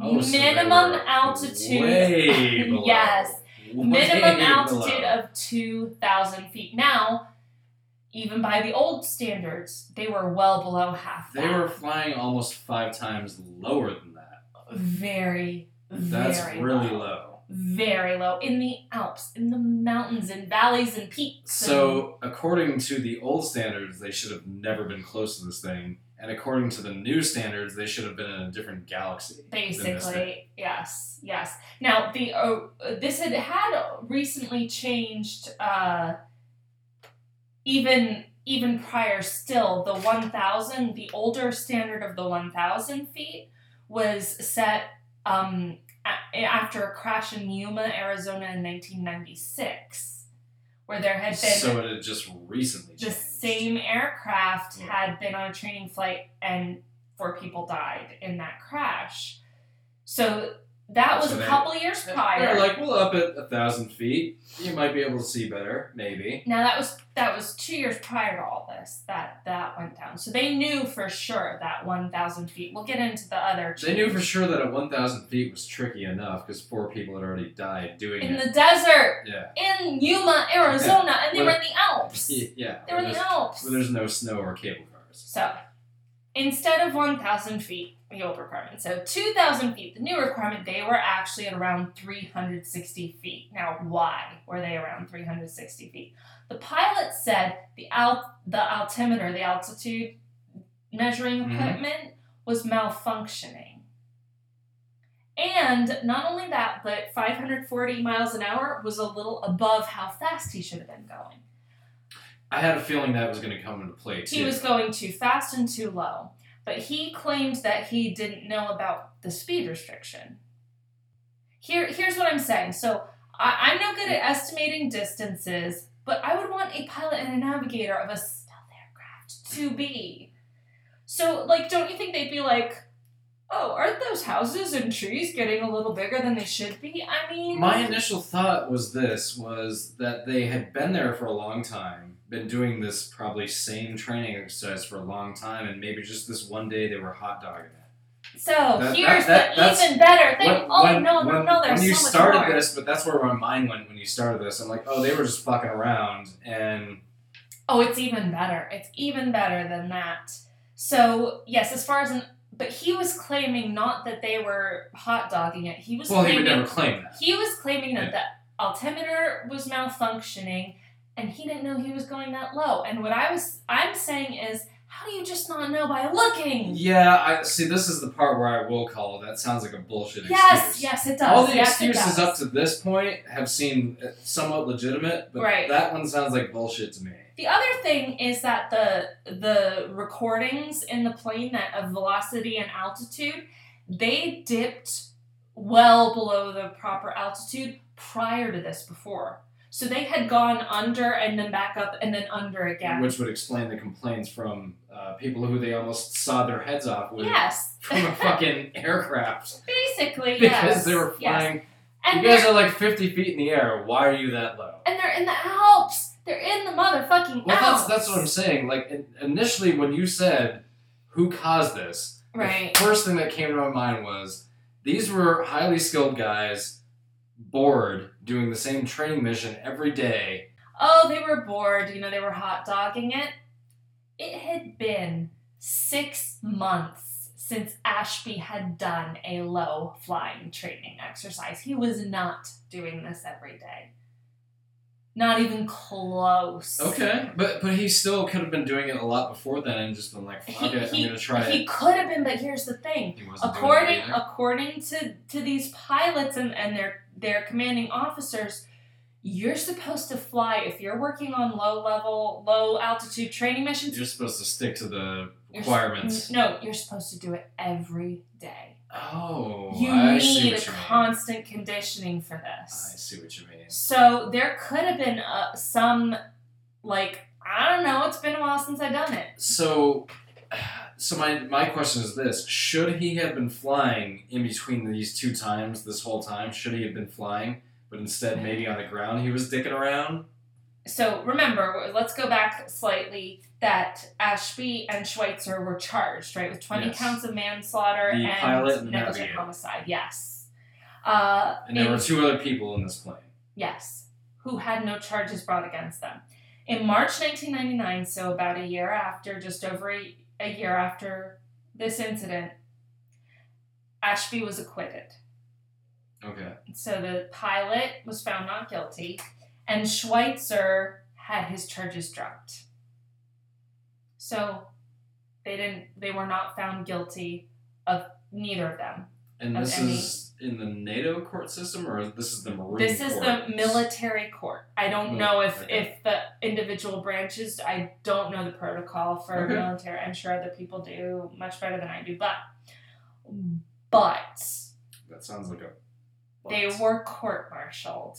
S2: Oh, so they
S1: minimum
S2: were
S1: altitude.
S2: Way below.
S1: Yes.
S2: Way
S1: minimum
S2: below.
S1: altitude of 2,000 feet. Now, even by the old standards, they were well below half.
S2: They
S1: that.
S2: were flying almost five times lower than that.
S1: very,
S2: That's
S1: very
S2: really
S1: low.
S2: low.
S1: very low in the Alps, in the mountains, and valleys and peaks.
S2: So, according to the old standards, they should have never been close to this thing. And according to the new standards, they should have been in a different galaxy.
S1: and
S2: than this thing.
S1: basically, yes, yes. Now the uh, this had had recently changed. Uh, even even prior, still the one thousand, the older standard of the one thousand feet was set. Um, a- after a crash in Yuma, Arizona in 1996, where there had been
S2: So it had just recently
S1: the
S2: changed.
S1: same aircraft
S2: Yeah.
S1: had been on a training flight and four people died in that crash. So that was
S2: So
S1: a
S2: they-
S1: couple years
S2: And
S1: prior.
S2: They're like, we'll up it a thousand feet. You might be able to see better, maybe.
S1: now that was that was two years prior to all this that that went down. So they knew for sure that one thousand feet. We'll get into the other.
S2: They knew for sure that at one thousand feet was tricky enough because four people had already died doing
S1: in
S2: it.
S1: the desert
S2: yeah,
S1: in Yuma, Arizona, and they were in the Alps.
S2: yeah, yeah.
S1: They were in
S2: there's,
S1: the Alps.
S2: where there's no snow or cable cars.
S1: So instead of 1,000 feet, the old requirement, so 2,000 feet, the new requirement, they were actually at around 360 feet. Now, why were they around 360 feet? The pilot said the alt- the altimeter, the altitude measuring
S2: Mhm.
S1: equipment, was malfunctioning. And not only that, but 540 miles an hour was a little above how fast he should have been going.
S2: I had a feeling that was going to come into play too.
S1: He was going too fast and too low, but he claimed that he didn't know about the speed restriction. Here, here's what I'm saying. So I, I'm no good at estimating distances, but I would want a pilot and a navigator of a stealth aircraft to be. So, like, don't you think they'd be like, "Oh, aren't those houses and trees getting a little bigger than they should be?" I mean,
S2: My initial thought was this was that they had been there for a long time, been doing this probably same training exercise for a long time, and maybe just this one day they were hot dogging it.
S1: so
S2: that-
S1: here's
S2: that-
S1: the
S2: that's-
S1: even better thing.
S2: When-
S1: oh
S2: when-
S1: no, no,
S2: when-
S1: no! There's
S2: when you
S1: so much
S2: started
S1: more.
S2: this, but that's where my mind went when you started this. I'm like, oh, they were just fucking around, and
S1: Oh, it's even better. It's even better than that. So, yes, as far as an but he was claiming not that they were hot dogging it. He was
S2: well, he
S1: claiming
S2: would never claim that.
S1: he was claiming that the altimeter was malfunctioning and he didn't know he was going that low. And what I was I'm saying is how do you just not know by looking?
S2: Yeah, I see. This is the part where I will call. That sounds like a bullshit
S1: Yes,
S2: excuse.
S1: yes, it does.
S2: All the
S1: yes,
S2: excuses
S1: it does.
S2: up to this point have seemed uh, somewhat legitimate, but
S1: Right.
S2: that one sounds like bullshit to me.
S1: The other thing is that the the recordings in the plane that of velocity and altitude, they dipped well below the proper altitude prior to this before. So they had gone under and then back up and then under again.
S2: Which would explain the complaints from uh, people who they almost sawed their heads off with
S1: yes.
S2: from a fucking aircraft
S1: Basically,
S2: because
S1: yes.
S2: they were
S1: yes.
S2: flying.
S1: And
S2: you guys
S1: they're
S2: are like 50 feet in the air. Why are you that low?
S1: and they're in the Alps. They're in the motherfucking
S2: Well,
S1: Alps.
S2: that's that's what I'm saying. Like in, initially, when you said who caused this,
S1: Right.
S2: the first thing that came to my mind was these were highly skilled guys, bored, doing the same training mission every day.
S1: oh, they were bored, you know, they were hot dogging it. It had been six months since Ashby had done a low flying training exercise. He was not doing this every day. Not even close.
S2: Okay, but but he still could have been doing it a lot before then and just been like,
S1: He,
S2: fuck it, I'm
S1: he-
S2: gonna try
S1: he
S2: it.
S1: could have been, but here's the thing.
S2: He wasn't doing it
S1: according
S2: either.
S1: according to to these pilots and, and their their commanding officers you're supposed to fly if you're working on low level low altitude training missions
S2: You're supposed to stick to the
S1: you're s-
S2: requirements.
S1: n- no you're supposed to do it every day
S2: Oh,
S1: you
S2: I see
S1: need a
S2: what you mean.
S1: constant conditioning for
S2: I
S1: this
S2: see what you mean.
S1: so there could have been uh, some like i don't know it's been a while since i've done it
S2: So, so my my question is this: Should he have been flying in between these two times this whole time? Should he have been flying, but instead maybe on the ground he was dicking around?
S1: So remember, let's go back slightly that Ashby and Schweitzer were charged, right, with 20
S2: Yes.
S1: counts of manslaughter
S2: The
S1: and
S2: pilot and the
S1: negligent
S2: navigator.
S1: homicide. Yes. Uh,
S2: And there
S1: in-
S2: were two other people in this plane.
S1: Yes, who had no charges brought against them. In March 1999, so about a year after, just over a, a year after this incident, Ashby was acquitted.
S2: Okay.
S1: So the pilot was found not guilty, and Schweitzer had his charges dropped. So they didn't. They were not found guilty of neither of them.
S2: And
S1: Of
S2: this
S1: any-
S2: is in the NATO court system, or this is the Marine.
S1: This is the
S2: Corps?
S1: military court. I don't
S2: Mil-
S1: know if
S2: okay.
S1: if the individual branches. I don't know the protocol for
S2: Okay.
S1: military. I'm sure other people do much better than I do. But but
S2: That sounds like a.
S1: they
S2: but.
S1: were court martialed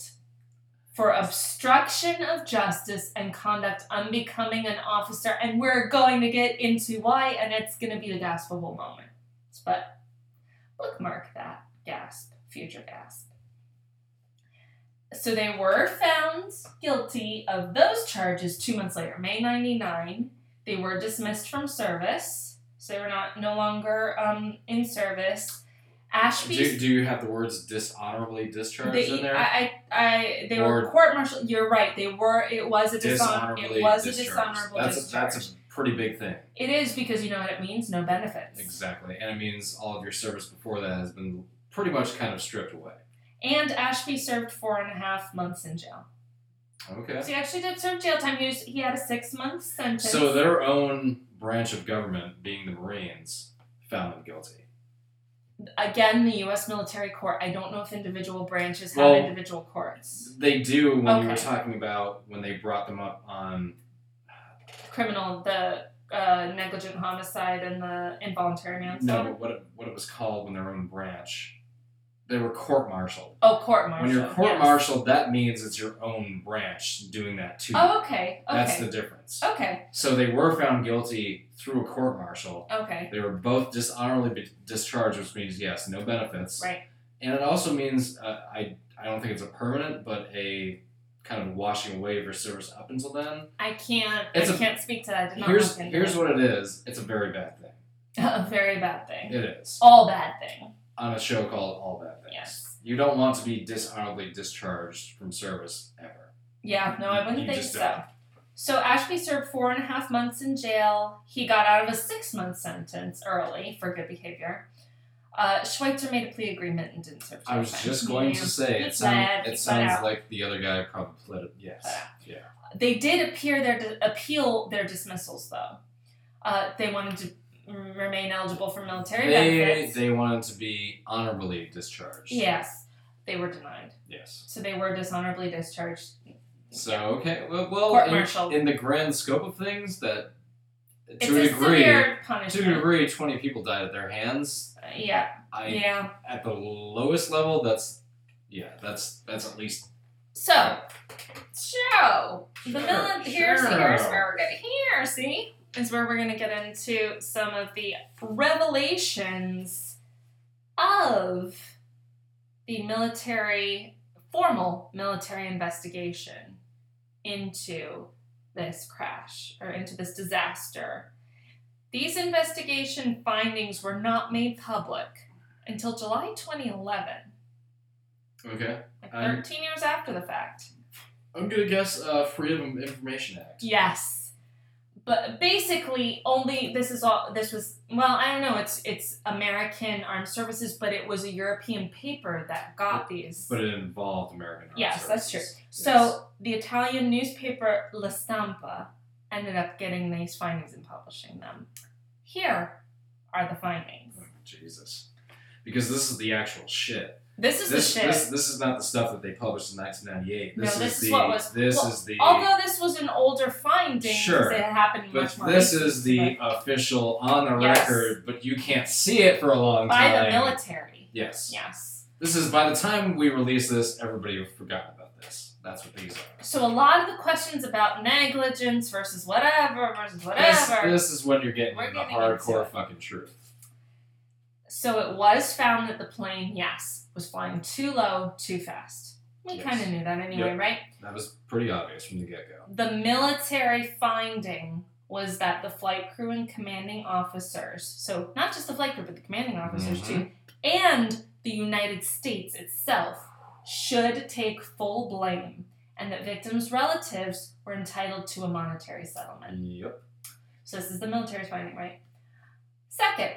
S1: for obstruction of justice and conduct unbecoming an officer. And we're going to get into why, and it's going to be a gaspable moment. But bookmark that gasp, future gasp. So they were found guilty of those charges two months later, May 99. They were dismissed from service, so they were not no longer um, in service. Ashby
S2: Do, do you have the words dishonorably discharged
S1: they, e,
S2: in there?
S1: I, I, I, they were
S2: Or-
S1: court martial. You're right. They were. It was a dishonor.
S2: dishonorably
S1: It was a
S2: discharged.
S1: dishonorable
S2: that's
S1: discharge.
S2: A, that's a pretty big thing.
S1: it is because you know what it means. No benefits.
S2: Exactly. And it means all of your service before that has been pretty much kind of stripped away.
S1: And Ashby served four and a half months in jail.
S2: Okay.
S1: So he actually did serve jail time. He, was, he had a six month sentence.
S2: So their own branch of government, being the Marines, found them guilty.
S1: again, the U.S. military court. I don't know if individual branches have
S2: Well,
S1: individual courts.
S2: They do when you were
S1: Okay.
S2: talking about when they brought them up on
S1: Criminal, the uh, negligent homicide and the involuntary
S2: no,
S1: manslaughter.
S2: but what it, what it was called when their own branch. They were court martialed.
S1: Oh, court martial.
S2: When you're court martialed, that means it's your own branch doing that to you.
S1: Oh, okay. Okay.
S2: That's the difference.
S1: okay.
S2: So they were found guilty through a court martial.
S1: Okay.
S2: They were both dishonorably be- discharged, which means yes, no benefits.
S1: Right.
S2: And it also means uh, I I don't think it's a permanent, but a kind of washing away of your service up until then.
S1: I can't.
S2: It's
S1: I
S2: a-
S1: can't speak to that. I did not
S2: Here's
S1: look into
S2: here's
S1: it.
S2: what it is. It's a very bad thing.
S1: a very bad thing.
S2: It is
S1: All bad thing.
S2: on a show called All Bad Things.
S1: Yes.
S2: You don't want to be dishonorably discharged from service ever.
S1: Yeah. No, I wouldn't
S2: You
S1: think
S2: just
S1: so.
S2: don't.
S1: So Ashby served four and a half months in jail. He got out of a six month sentence early for good behavior. Uh, Schweitzer made a plea agreement and didn't serve.
S2: I was
S1: jail time.
S2: just going
S1: Yeah.
S2: to say
S1: He
S2: it, sound,
S1: pled, he
S2: it
S1: pled
S2: sounds
S1: out.
S2: like the other guy probably pled it. Yes. Yeah.
S1: They did appear their appeal their dismissals though. Uh, they wanted to remain eligible for military
S2: They,
S1: benefits.
S2: they wanted to be honorably discharged.
S1: yes, they were denied.
S2: Yes.
S1: So they were dishonorably discharged.
S2: So okay, well, well
S1: Court
S2: in-
S1: martial.
S2: in the grand scope of things, that to
S1: It's
S2: a
S1: a
S2: degree,
S1: severe
S2: to a
S1: punishment.
S2: degree, twenty people died at their hands.
S1: Uh, yeah,
S2: I
S1: yeah.
S2: at the lowest level, that's yeah, that's that's at least
S1: So, so the
S2: Sure,
S1: mili- here's
S2: sure.
S1: here's where we're gonna here. See, is where we're gonna get into some of the revelations of the military formal military investigation into this crash or into this disaster. These investigation findings were not made public until July 2011.
S2: okay.
S1: Like
S2: Um,
S1: 13 years after the fact.
S2: I'm gonna guess uh, Freedom of Information Act.
S1: Yes. But basically only this is all this was well, I don't know, it's it's American armed services, but it was a European paper that got these.
S2: But it involved American. armed
S1: Yes, that's
S2: services. Yes.
S1: So the Italian newspaper La Stampa ended up getting these findings and publishing them. Here are the findings.
S2: Oh, Jesus, because this is the actual shit.
S1: This is
S2: this,
S1: the shit.
S2: this this is not the stuff that they published in 1998.
S1: No,
S2: This
S1: this is
S2: is the
S1: what was-
S2: this
S1: well,
S2: is the
S1: Although this was an older finding,
S2: Sure.
S1: it happened
S2: but
S1: much more
S2: this
S1: recently,
S2: is the official on the
S1: Yes.
S2: record, but you can't see it for a long
S1: but by
S2: time.
S1: the military.
S2: Yes.
S1: Yes.
S2: This is by the time we release this, everybody will have forgotten about this. That's what these are.
S1: So a lot of the questions about negligence versus whatever versus
S2: This,
S1: whatever.
S2: this is when you're getting
S1: We're
S2: the
S1: getting into
S2: hardcore
S1: it.
S2: fucking truth.
S1: So it was found that the plane, yes, was flying too low, too fast. We
S2: Yes.
S1: kind of knew that anyway, right?
S2: That was pretty obvious from the get go.
S1: The military finding was that the flight crew and commanding officers, so not just the flight crew, but the commanding officers
S2: Mm-hmm.
S1: too, and the United States itself should take full blame, and that victims' relatives were entitled to a monetary settlement.
S2: Yep.
S1: So this is the military's finding, right? Second,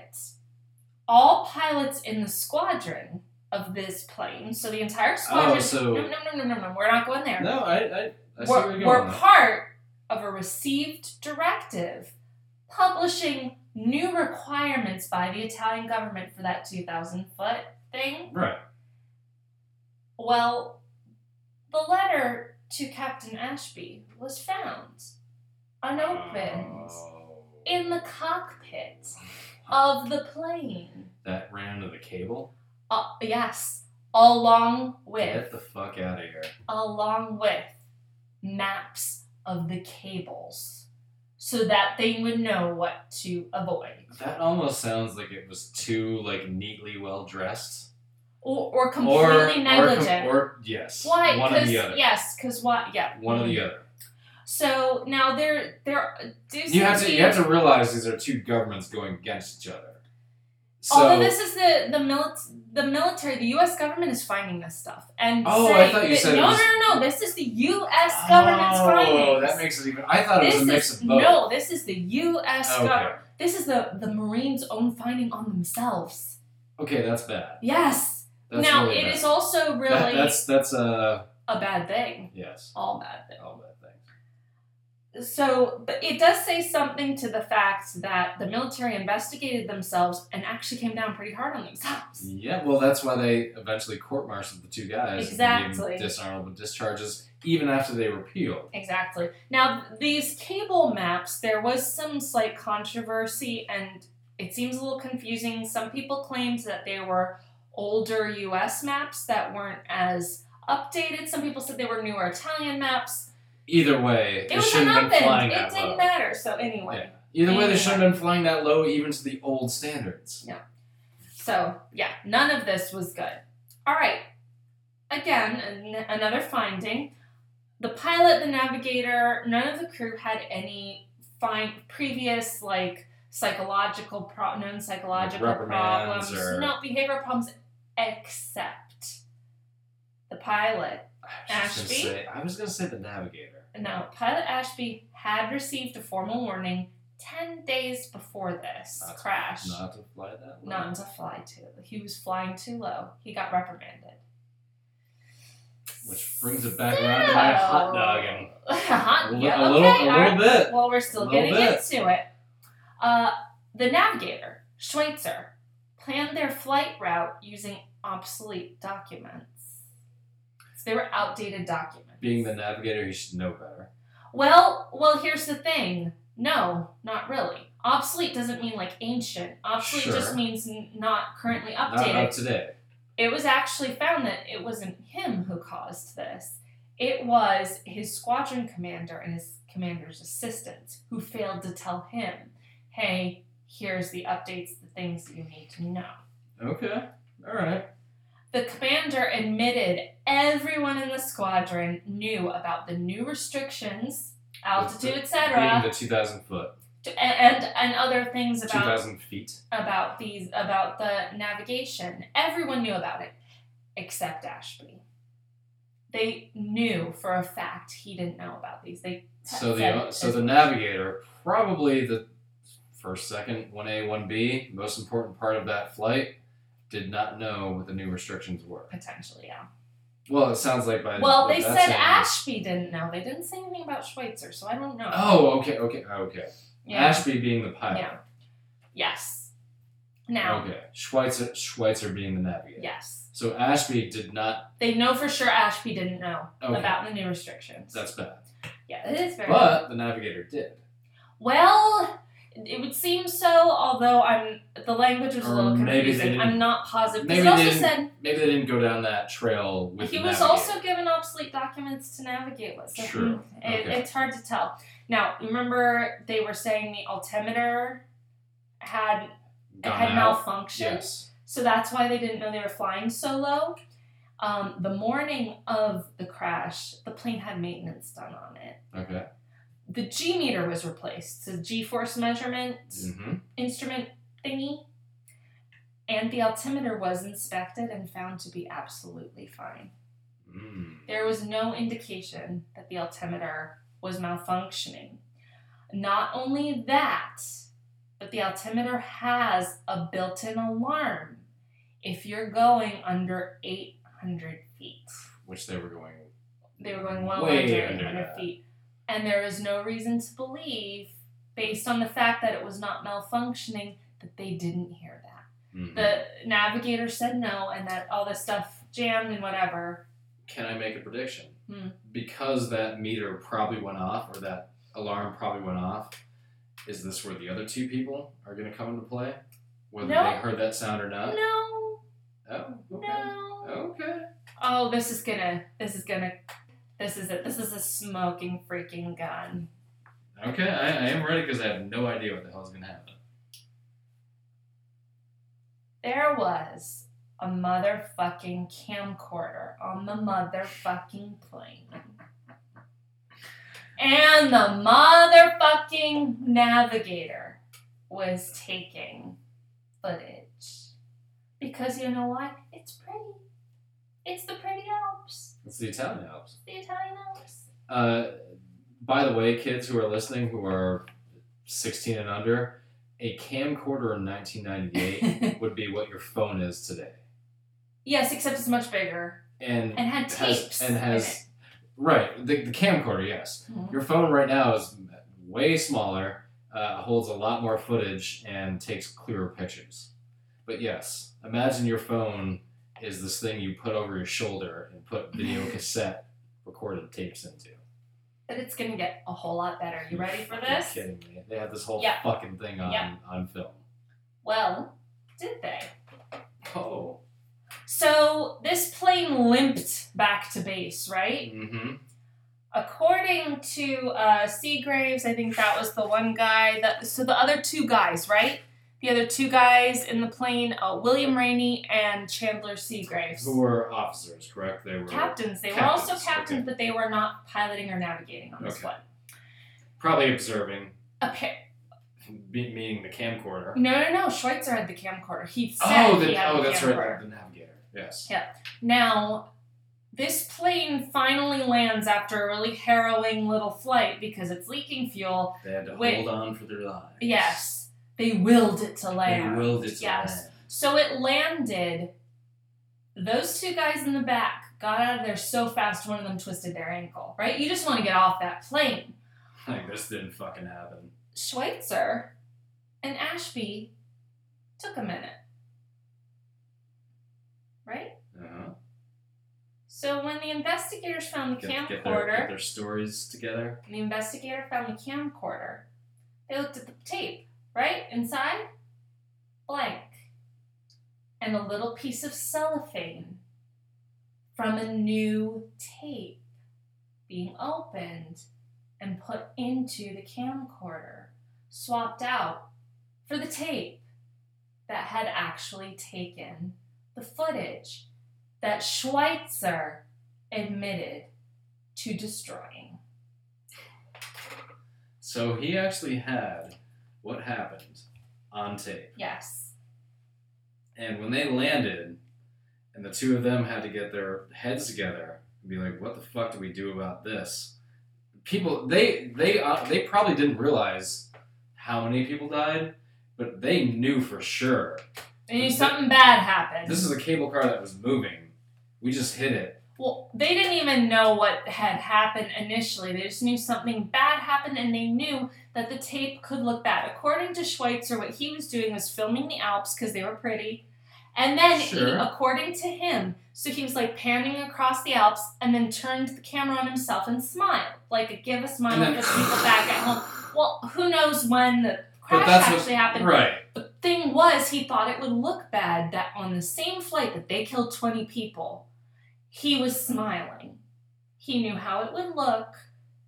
S1: all pilots in the squadron of this plane, so the entire squadron.
S2: Oh, so-
S1: no, no, no, no, no, no. We're not going there.
S2: No, I I, I see where
S1: we're
S2: you're
S1: we're
S2: going. with that.
S1: part of a received directive publishing new requirements by the Italian government for that 2,000 foot thing.
S2: Right.
S1: Well, the letter to Captain Ashby was found unopened
S2: Oh.
S1: in the cockpit of the plane.
S2: that ran into the cable.
S1: Uh, yes, along
S2: Get
S1: with
S2: the fuck out of here.
S1: along with maps of the cables so that they would know what to avoid
S2: That almost sounds like it was too like neatly well dressed.
S1: or, or
S2: Or or,
S1: completely negligent.
S2: com- or yes.
S1: why?
S2: One or
S1: Because
S2: the other.
S1: yes, because why? Yeah.
S2: One or the other.
S1: So now there, there do
S2: You have
S1: seem
S2: to
S1: be-
S2: you have to realize these are two governments going against each other. So
S1: Although this is the the milit- the military, the U.S. government is finding this stuff and
S2: Oh, I
S1: saying
S2: thought you
S1: that-
S2: said it
S1: no,
S2: was-
S1: no, no, no. This is the U.S. government's
S2: oh,
S1: findings.
S2: that makes it even. I thought it
S1: this
S2: was a mix
S1: is
S2: of both.
S1: no. This is the U.S.
S2: Okay.
S1: government. This is the the Marines' own finding on themselves.
S2: Okay, that's bad.
S1: Yes.
S2: That's
S1: now
S2: really
S1: it
S2: bad.
S1: is also really
S2: That- that's that's uh
S1: a bad thing.
S2: yes.
S1: All bad thing.
S2: All bad things.
S1: So, but it does say something to the fact that the military investigated themselves and actually came down pretty hard on themselves.
S2: Yeah, well, that's why they eventually court-martialed the two guys and gave
S1: Exactly.
S2: them dishonorable discharges, even after they were peeled.
S1: Exactly. Now, these cable maps, there was some slight controversy and it seems a little confusing. Some people claimed that they were older US maps that weren't as updated. Some people said they were newer Italian maps.
S2: Either way,
S1: It
S2: they
S1: was
S2: shouldn't have been flying
S1: nothing. It
S2: that
S1: didn't
S2: low.
S1: matter. So, anyway.
S2: Yeah. Either way, they
S1: Anyway.
S2: shouldn't have been flying that low, even to the old standards.
S1: So, yeah, none of this was good. All right. Again, an- another finding. The pilot, the navigator, none of the crew had any fine previous like psychological pro- known psychological
S2: Like reprimands
S1: problems,
S2: or-
S1: no behavioral problems except the pilot.
S2: I was just
S1: Ashby?
S2: gonna say. I was gonna say the navigator.
S1: Now, pilot Ashby had received a formal warning 10 days before this
S2: Not to-
S1: crash.
S2: Not to fly that low.
S1: not to fly too. He was flying too low. He got reprimanded.
S2: Which brings it back around to my hot dog and
S1: A hot
S2: a, li-
S1: yeah,
S2: a little,
S1: okay,
S2: a
S1: all
S2: little
S1: right.
S2: bit.
S1: Well, we're
S2: A
S1: still
S2: little
S1: getting
S2: bit.
S1: into it. Uh, the navigator, Schweitzer, planned their flight route using obsolete documents. So they were outdated documents.
S2: Being the navigator, he should know better.
S1: Well, well, here's the thing. No, not really. Obsolete doesn't mean like ancient. Obsolete
S2: Sure.
S1: just means n- not currently updated.
S2: Not up to date.
S1: it was actually found that it wasn't him who caused this. It was his squadron commander and his commander's assistants who failed to tell him, hey, here's the updates, the things that you need to know.
S2: Okay. All right.
S1: The commander admitted everyone in the squadron knew about the new restrictions, altitude,
S2: Being
S1: etc.,
S2: the 2,000 foot,
S1: to- and and other things about
S2: 2,000 feet.
S1: about these about the navigation. Everyone knew about it except Ashby. They knew for a fact he didn't know about these. They said-
S2: So the uh, so the navigator probably the first, second, one A, one B, most important part of that flight, did not know what the new restrictions were.
S1: potentially yeah.
S2: Well, it sounds like by
S1: Well,
S2: what
S1: they
S2: that's
S1: said
S2: saying-
S1: Ashby didn't know. They didn't say anything about Schweitzer, so I don't know.
S2: Oh, okay, okay, okay.
S1: yeah.
S2: Ashby being the pilot.
S1: Yeah. Yes. Now,
S2: Okay. Schweitzer Schweitzer being the navigator.
S1: yes,
S2: So Ashby did not.
S1: they know for sure Ashby didn't know
S2: Okay.
S1: about the new restrictions.
S2: That's bad.
S1: yeah, it is very.
S2: But the navigator did.
S1: Well, it would seem so, although I'm the language was a
S2: Or
S1: little
S2: maybe they
S1: confusing.
S2: didn't-
S1: I'm not positive. 'Cause
S2: maybe
S1: He also
S2: they didn't
S1: said
S2: Maybe they didn't go down that trail with
S1: he
S2: the
S1: was
S2: navigator.
S1: also given obsolete documents to navigate with. So
S2: True.
S1: hmm, it,
S2: Okay.
S1: it's hard to tell. Now, remember they were saying the altimeter had
S2: Gone
S1: had
S2: out.
S1: malfunctioned,
S2: Yes.
S1: so that's why they didn't know they were flying so low. Um, the morning of the crash, the plane had maintenance done on it.
S2: Okay.
S1: The G meter was replaced. So G force measurement
S2: Mm-hmm.
S1: instrument thingy. And the altimeter was inspected and found to be absolutely fine.
S2: Mm.
S1: There was no indication that the altimeter was malfunctioning. Not only that, but the altimeter has a built in alarm if you're going under 800 feet.
S2: Which they were going
S1: They were going well
S2: Way
S1: under
S2: under
S1: 800
S2: that.
S1: feet. And there is no reason to believe, based on the fact that it was not malfunctioning, that they didn't hear that.
S2: Mhm.
S1: the navigator said no and that all this stuff jammed and whatever.
S2: Can I make a prediction?
S1: Hmm.
S2: Because that meter probably went off, or that alarm probably went off, is this where the other two people are going to come into play? Whether
S1: No.
S2: they heard that sound or not?
S1: No.
S2: Oh, okay.
S1: No.
S2: Okay.
S1: Oh, this is gonna. This is gonna. This is it. This is a smoking freaking gun.
S2: Okay, I, I am ready because I have no idea what the hell's gonna happen.
S1: There was a motherfucking camcorder on the motherfucking plane. And the motherfucking navigator was taking footage. Because you know what? It's pretty. It's the pretty Alps,
S2: It's the Italian Alps.
S1: the Italian Alps.
S2: Uh, by the way, kids who are listening who are 16 and under, a camcorder in 1998 would be what your phone is today.
S1: yes, except it's much bigger
S2: And,
S1: and had tapes.
S2: has and
S1: in
S2: has right the, the camcorder. Yes,
S1: it. Mhm.
S2: your phone right now is way smaller, uh, holds a lot more footage, and takes clearer pictures. But yes, imagine your phone is this thing you put over your shoulder and put video cassette recorded tapes into.
S1: But it's gonna get a whole lot better. You ready for
S2: You're
S1: this?
S2: kidding me. They have this whole
S1: Yeah.
S2: fucking thing on,
S1: Yeah.
S2: on film.
S1: Well, did they?
S2: Oh.
S1: So this plane limped back to base, right?
S2: Mm-hmm.
S1: According to uh, Seagraves, I think that was the one guy that. So the other two guys, right? The other two guys in the plane, uh, William Rainey and Chandler Seagraves.
S2: Who were officers, correct? They were
S1: captains. They
S2: Captains,
S1: were also captains,
S2: okay.
S1: but they were not piloting or navigating on this
S2: Okay.
S1: one.
S2: probably observing,
S1: Okay.
S2: be- meaning the camcorder.
S1: No, no, no. Schweitzer had the camcorder. He said
S2: Oh,
S1: he
S2: the,
S1: had
S2: oh,
S1: the
S2: that's
S1: camcorder.
S2: right, the navigator. Yes.
S1: Now, this plane finally lands after a really harrowing little flight because it's leaking fuel.
S2: They had to
S1: Wait.
S2: hold on for their lives.
S1: Yes, they willed it to
S2: They
S1: land.
S2: willed it to
S1: Yes.
S2: land.
S1: So it landed. Those two guys in the back got out of there so fast, one of them twisted their ankle, right? You just want to get off that plane.
S2: Like, this didn't fucking happen.
S1: Schweitzer and Ashby took a minute, right?
S2: Uh-huh.
S1: So when the investigators found the
S2: Get,
S1: camcorder,
S2: get, their, get their stories together.
S1: The investigator found the camcorder. They looked at the tape, right? Inside, blank. And a little piece of cellophane from a new tape being opened and put into the camcorder, swapped out for the tape that had actually taken the footage that Schweitzer admitted to destroying.
S2: So he actually had what happened on tape.
S1: Yes.
S2: And when they landed, and the two of them had to get their heads together and be like, "What the fuck do we do about this?" People, they they uh, they probably didn't realize how many people died, but they knew for sure
S1: They knew something bad happened.
S2: this is a cable car that was moving. We just hit it.
S1: well, they didn't even know what had happened initially. They just knew something bad happened and they knew that the tape could look bad. According to Schweitzer, what he was doing was filming the Alps because they were pretty. And then, he-
S2: Sure.
S1: according to him, so he was like panning across the Alps and then turned the camera on himself and smiled. Like a give a smile
S2: And
S1: for the
S2: then-
S1: people back at home. Well, who knows when the
S2: But
S1: crash
S2: that's what-
S1: actually happened.
S2: Right.
S1: The thing was, he thought it would look bad that on the same flight that they killed 20 people, he was smiling. He knew how it would look.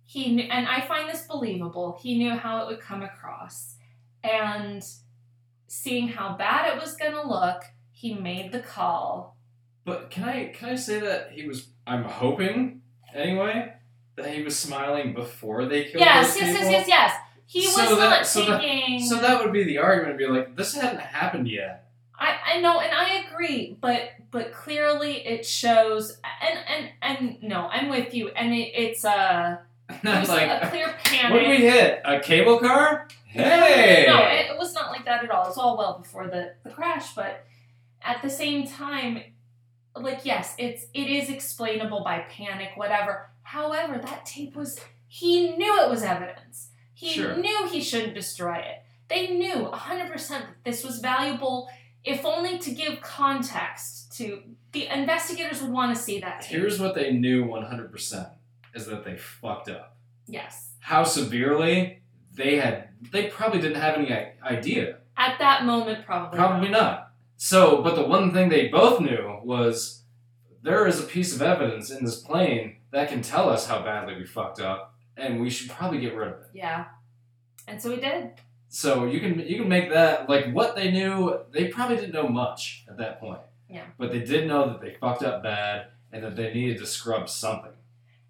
S1: He knew, and I find this believable. He knew how it would come across. And seeing how bad it was going to look, he made the call.
S2: But can I can I say that he was? I'm hoping anyway that he was smiling before they killed.
S1: Yes,
S2: those
S1: yes, yes,
S2: people.
S1: yes, yes. He
S2: So
S1: was
S2: that-
S1: not
S2: so that-
S1: taking
S2: So that would be the argument. Be like, this hadn't happened yet.
S1: I, I know and I agree, but but clearly it shows and and and no, I'm with you. And it, it's uh, a
S2: Not
S1: there's a clear
S2: What did
S1: panic.
S2: we hit? A cable car? Hey!
S1: No, it, it was not like that at all. It's all well before the, the crash, but at the same time, like yes, it's it is explainable by panic, whatever. However, that tape was he knew it was evidence. He
S2: Sure.
S1: knew he shouldn't destroy it. They knew 100% that this was valuable, if only to give context to the investigators would want to see that tape.
S2: Here's what they knew 100% is that they fucked up.
S1: yes.
S2: How severely? They had. They probably didn't have any i- idea.
S1: At that moment, probably.
S2: Probably not. So, but the one thing they both knew was there is a piece of evidence in this plane that can tell us how badly we fucked up, and we should probably get rid of it.
S1: Yeah. And so we did.
S2: So you can you can make that like what they knew. They probably didn't know much at that point.
S1: Yeah.
S2: But they did know that they fucked up bad and that they needed to scrub something.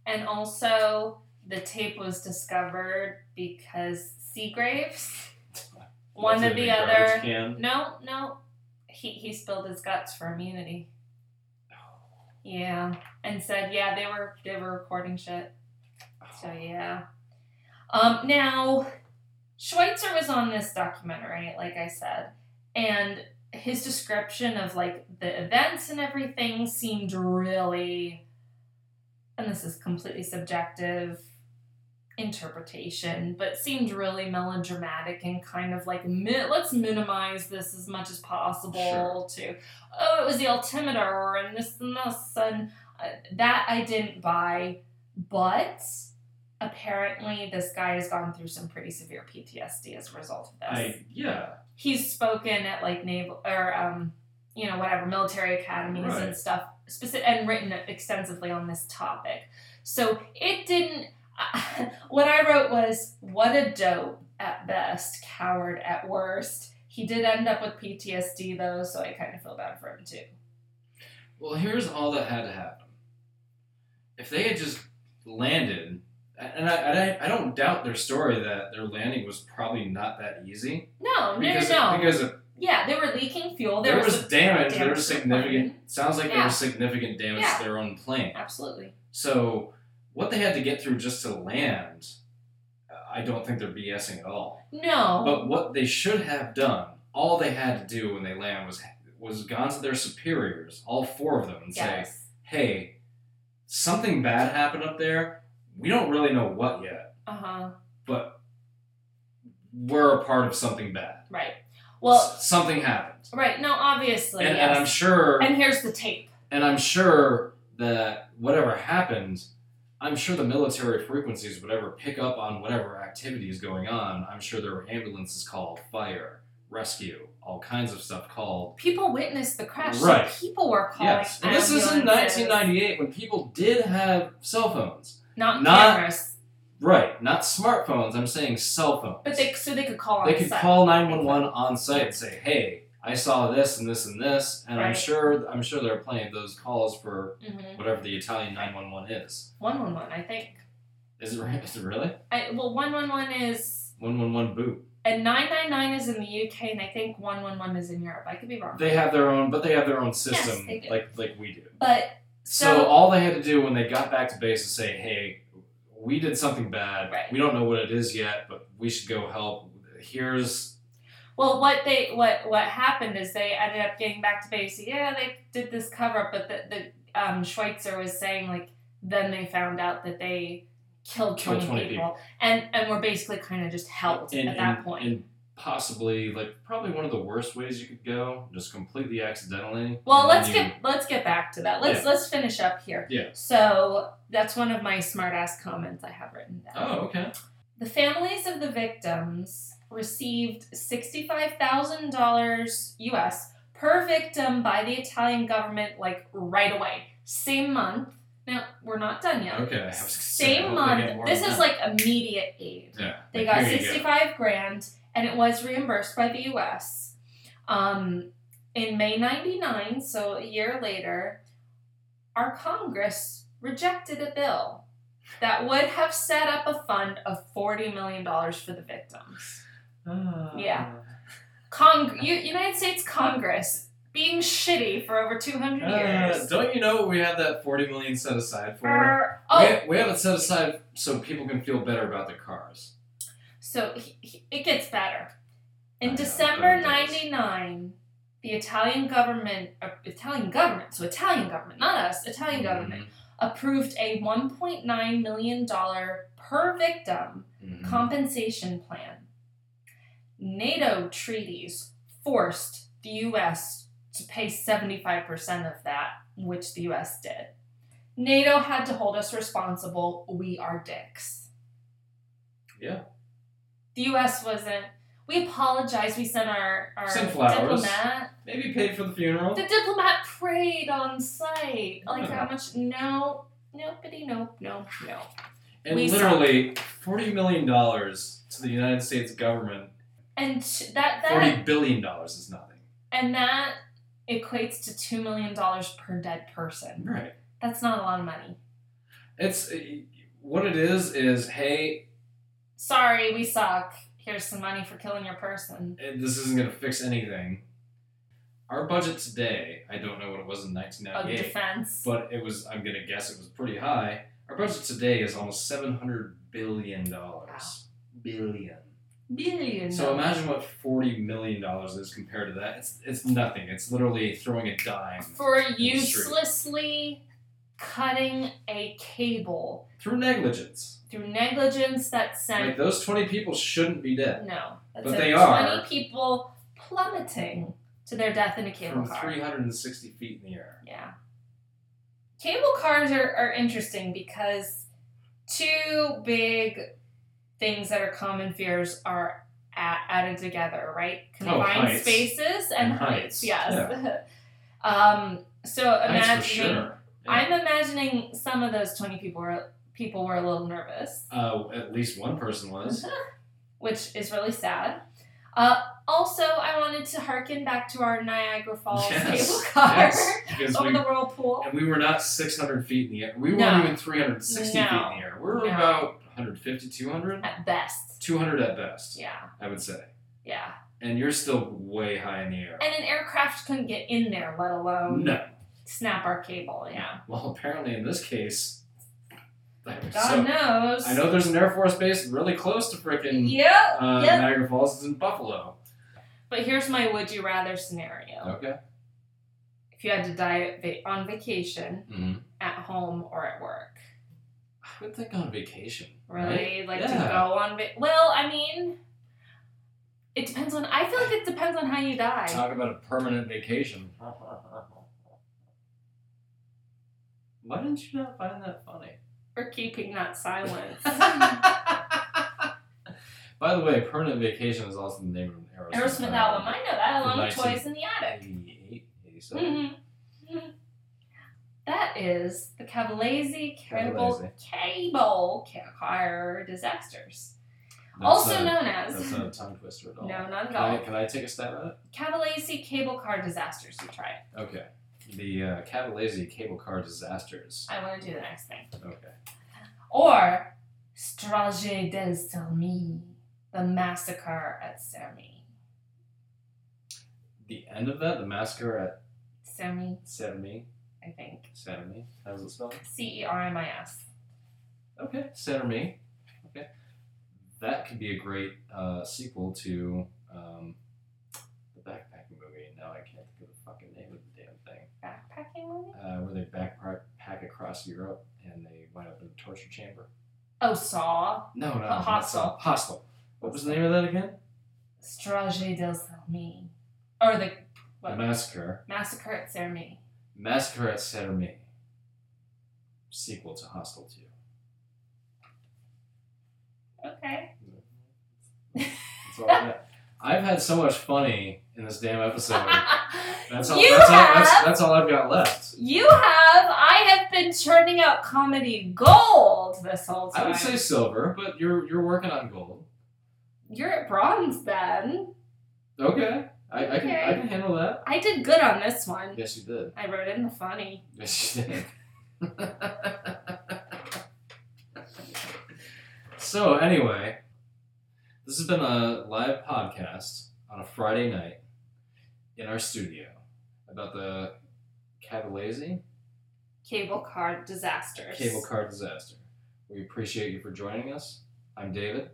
S1: And also, the tape was discovered because Seagraves, one
S2: What's
S1: or
S2: in
S1: the
S2: garbage
S1: other.
S2: Can.
S1: No, no, he, he spilled his guts for immunity. Yeah, and said, yeah, they were they were recording shit. So yeah. Um, now, Schweitzer was on this documentary, like I said, and his description of like the events and everything seemed really, and this is completely subjective interpretation, but seemed really melodramatic and kind of like mi- let's minimize this as much as possible. To oh, it was the altimeter and this and this and uh, that I didn't buy, but apparently this guy has gone through some pretty severe PTSD as a result of this
S2: I yeah.
S1: he's spoken at like naval or um you know whatever military academies
S2: Right.
S1: and stuff specific and written extensively on this topic so it didn't what i wrote was what a dope at best coward at worst he did end up with ptsd though so i kind of feel bad for him too
S2: Well, here's all that had to happen. If they had just landed, and I, and I, I don't doubt their story that their landing was probably not that easy.
S1: no no
S2: Because,
S1: no no
S2: because there,
S1: yeah they were leaking fuel there,
S2: was, damage, there was
S1: to the
S2: significant,
S1: plane.
S2: sounds like there
S1: Yeah.
S2: was significant damage
S1: Yeah.
S2: to their own plane.
S1: absolutely
S2: So, what they had to get through just to land, I don't think they're BSing at all.
S1: no
S2: But what they should have done, all they had to do when they land was was gone to their superiors, all four of them, and say,
S1: yes
S2: hey, something bad happened up there. We don't really know what yet,
S1: uh-huh
S2: but we're a part of something bad.
S1: right well
S2: S- something happened,
S1: right no obviously
S2: and,
S1: yes.
S2: and I'm sure,
S1: and here's the tape
S2: and I'm sure that whatever happened, I'm sure the military frequencies, whatever, pick up on whatever activity is going on. I'm sure there were ambulances called, fire, rescue, all kinds of stuff called.
S1: people witnessed the crash.
S2: Right.
S1: So people were calling.
S2: Yes, and this is in
S1: ambulances,
S2: 1998 when people did have cell phones.
S1: Not,
S2: not-
S1: cameras,
S2: Right, not smartphones. I'm saying cell phones.
S1: but they so they could call on
S2: they
S1: the
S2: could
S1: set.
S2: call 911 on site and say, "Hey, I saw this and this and this," and I'm
S1: Right.
S2: sure I'm sure there are plenty of those calls for
S1: Mhm.
S2: whatever the Italian 911 is.
S1: One one one, I think.
S2: Is it, re- is it really
S1: I, well, one one one is
S2: 111 boot?
S1: and nine nine nine is in the UK, and I think one one one is in Europe. I could be wrong.
S2: They have their own, but they have their own system
S1: they do.
S2: like like we do.
S1: but
S2: So,
S1: So-
S2: all they had to do when they got back to base is say, "Hey, we did something bad.
S1: Right.
S2: We don't know what it is yet, but we should go help. Here's
S1: well, what they what what happened is they ended up getting back to base. Yeah, they did this cover up, but the the um, Schweitzer was saying like then they found out that they killed
S2: Killed
S1: 20,
S2: 20
S1: people, and and were basically kind of just helped
S2: and,
S1: at that
S2: and-
S1: point.
S2: and possibly like probably one of the worst ways you could go, just completely accidentally.
S1: Well,
S2: and then
S1: let's
S2: you-
S1: get let's get back to that. Let's let's finish up here.
S2: Yeah.
S1: So that's one of my smart ass comments I have written down.
S2: Oh, okay.
S1: The families of the victims received $65,000 US per victim by the Italian government, like right away. Same month. Now, we're not done yet.
S2: Okay. I was gonna say, I
S1: Same
S2: hope they get
S1: month.
S2: more
S1: This
S2: than
S1: is
S2: that.
S1: like immediate aid.
S2: yeah.
S1: They got
S2: here you go.
S1: 65 grand and it was reimbursed by the US. Um, in May 99, so a year later, our Congress rejected a bill that would have set up a fund of $40 million for the victims. Yeah. Cong- U- United States Congress being shitty for over 200
S2: Uh,
S1: years.
S2: don't you know we have that forty million set aside for?
S1: For, oh,
S2: We, we have it set aside so people can feel better about their cars.
S1: So he, he, it gets better.
S2: I
S1: In
S2: know,
S1: December
S2: but it does.
S1: '99, the Italian government, uh, Italian government, so Italian government, not us,
S2: Hmm.
S1: Italian government, approved a 1.9 million dollar per victim
S2: Mhm.
S1: compensation plan. NATO treaties forced the US to pay 75% of that, which the US did. NATO had to hold us responsible. We are dicks.
S2: Yeah.
S1: The US wasn't. We We apologize. We sent our, our
S2: Sent flowers.
S1: diplomat.
S2: Maybe paid for the funeral.
S1: The diplomat prayed on site. Like
S2: Yeah.
S1: how much? No, nobody, nope, nope, no.
S2: And
S1: we
S2: literally forty million dollars to the United States government.
S1: And t- that that
S2: Forty billion dollars is nothing.
S1: and that equates to two million dollars per dead person.
S2: Right.
S1: That's not a lot of money.
S2: It's eh, what it is. Is hey,
S1: Sorry, we suck. Here's some money for killing your person.
S2: this isn't gonna fix anything. Our budget today, I don't know what it
S1: Oh,
S2: was in
S1: Of
S2: 1998,
S1: defense.
S2: but it was. I'm gonna guess it was pretty high. Our budget today is almost 700 billion dollars. Billion.
S1: Billion.
S2: So imagine what 40 million dollars is compared to that. It's it's nothing. It's literally throwing a dime
S1: for
S2: street.
S1: uselessly cutting a cable
S2: through negligence.
S1: through negligence that
S2: Like
S1: sent
S2: those 20 people shouldn't be dead
S1: no, that
S2: But
S1: sent
S2: they are.
S1: twenty people plummeting to their death in a cable
S2: from
S1: car.
S2: 360 feet in the air.
S1: Yeah. Cable cars are, are interesting because two big things that are common fears are a added together, right? Confined
S2: Oh, heights.
S1: spaces and,
S2: And heights,
S1: yes. um, so
S2: That's
S1: imagining,
S2: for sure. Yeah.
S1: I'm imagining some of those 20 people were, people were a little nervous,
S2: Uh, at least one person was.
S1: which is really sad. Uh, also, I wanted to hearken back to our Niagara Falls
S2: yes.
S1: cable car
S2: Yes. Because
S1: over
S2: we,
S1: the whirlpool.
S2: and we were not 600 feet in the air. We
S1: No.
S2: weren't even 360 feet
S1: No.
S2: in the air. We were
S1: No.
S2: about 150, 200?
S1: At best.
S2: 200 at best,
S1: Yeah.
S2: I would say.
S1: Yeah.
S2: And you're still way high in the air.
S1: And an aircraft couldn't get in there, let alone
S2: no.
S1: snap our cable. Yeah.
S2: Well, apparently in this case,
S1: God
S2: so,
S1: knows.
S2: I know there's an Air Force base really close to frickin'
S1: Yep.
S2: uh,
S1: yep.
S2: Niagara Falls. It's in Buffalo.
S1: But here's my would you rather scenario.
S2: Okay.
S1: If you had to die va- on vacation,
S2: Mm-hmm.
S1: at home, or at work.
S2: I would think on vacation. Right?
S1: Really? Like to
S2: Yeah.
S1: go on va- Well, I mean, it depends on. I feel like it depends on how you die.
S2: Talk about a permanent vacation. Why didn't you not find that funny?
S1: We're keeping that silence.
S2: By the way, permanent vacation is also the name of an Aerosmith,
S1: Aerosmith album. I know that
S2: From
S1: along with
S2: 19-
S1: Toys in the Attic.
S2: 88, 87.
S1: Mhm.
S2: Mm-hmm.
S1: Mhm. That is the Cavalese Cable Cable Ca- Car Disasters,
S2: That's
S1: also
S2: not,
S1: known
S2: That's
S1: as
S2: not a tongue twister at all.
S1: no, not at
S2: Can I,
S1: all.
S2: can I take a stab at it?
S1: Cavalese Cable Car Disasters. You try it.
S2: Okay. The uh, Catalese cable car disasters.
S1: I want to do the next thing.
S2: Okay.
S1: Or Strage del Sermi, the massacre at Sermi.
S2: The end of that, the massacre at
S1: Sermi,
S2: Sermi.
S1: I think.
S2: Sermi. How's it spelled?
S1: C E R M I S.
S2: Okay. Sermi. Okay. That could be a great uh, sequel to um, the backpacking movie. Now I can't think of the fucking name of the damn thing.
S1: Backpacking movie?
S2: Uh, where they backpack across Europe and they wind up in a torture chamber.
S1: Oh, Saw.
S2: No, no. no,
S1: Ho- Hostel.
S2: Hostel. What was the name of that again?
S1: Strage del Sermi. Or the
S2: The
S1: What?
S2: massacre.
S1: massacre at Sermi.
S2: Massacre at Sermi, sequel to Hostel 2.
S1: Okay.
S2: That's all I got. I've had so much funny in this damn episode. That's all,
S1: you
S2: that's,
S1: have.
S2: all, that's, that's all I've got left.
S1: You have. I have been churning out comedy gold this whole time.
S2: I would say silver, but you're you're working on gold.
S1: you're at bronze then.
S2: Okay, I, I can I
S1: Okay.
S2: can handle that.
S1: I did good on this one.
S2: Yes, you did.
S1: I wrote in the funny.
S2: Yes, you did. so anyway, this has been a live podcast on a Friday night in our studio about the Cavalese
S1: Cable car disasters.
S2: cable car disaster. We appreciate you for joining us. I'm David,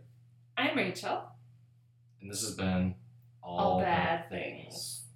S1: I'm Rachel.
S2: and this has been
S1: All Bad Things.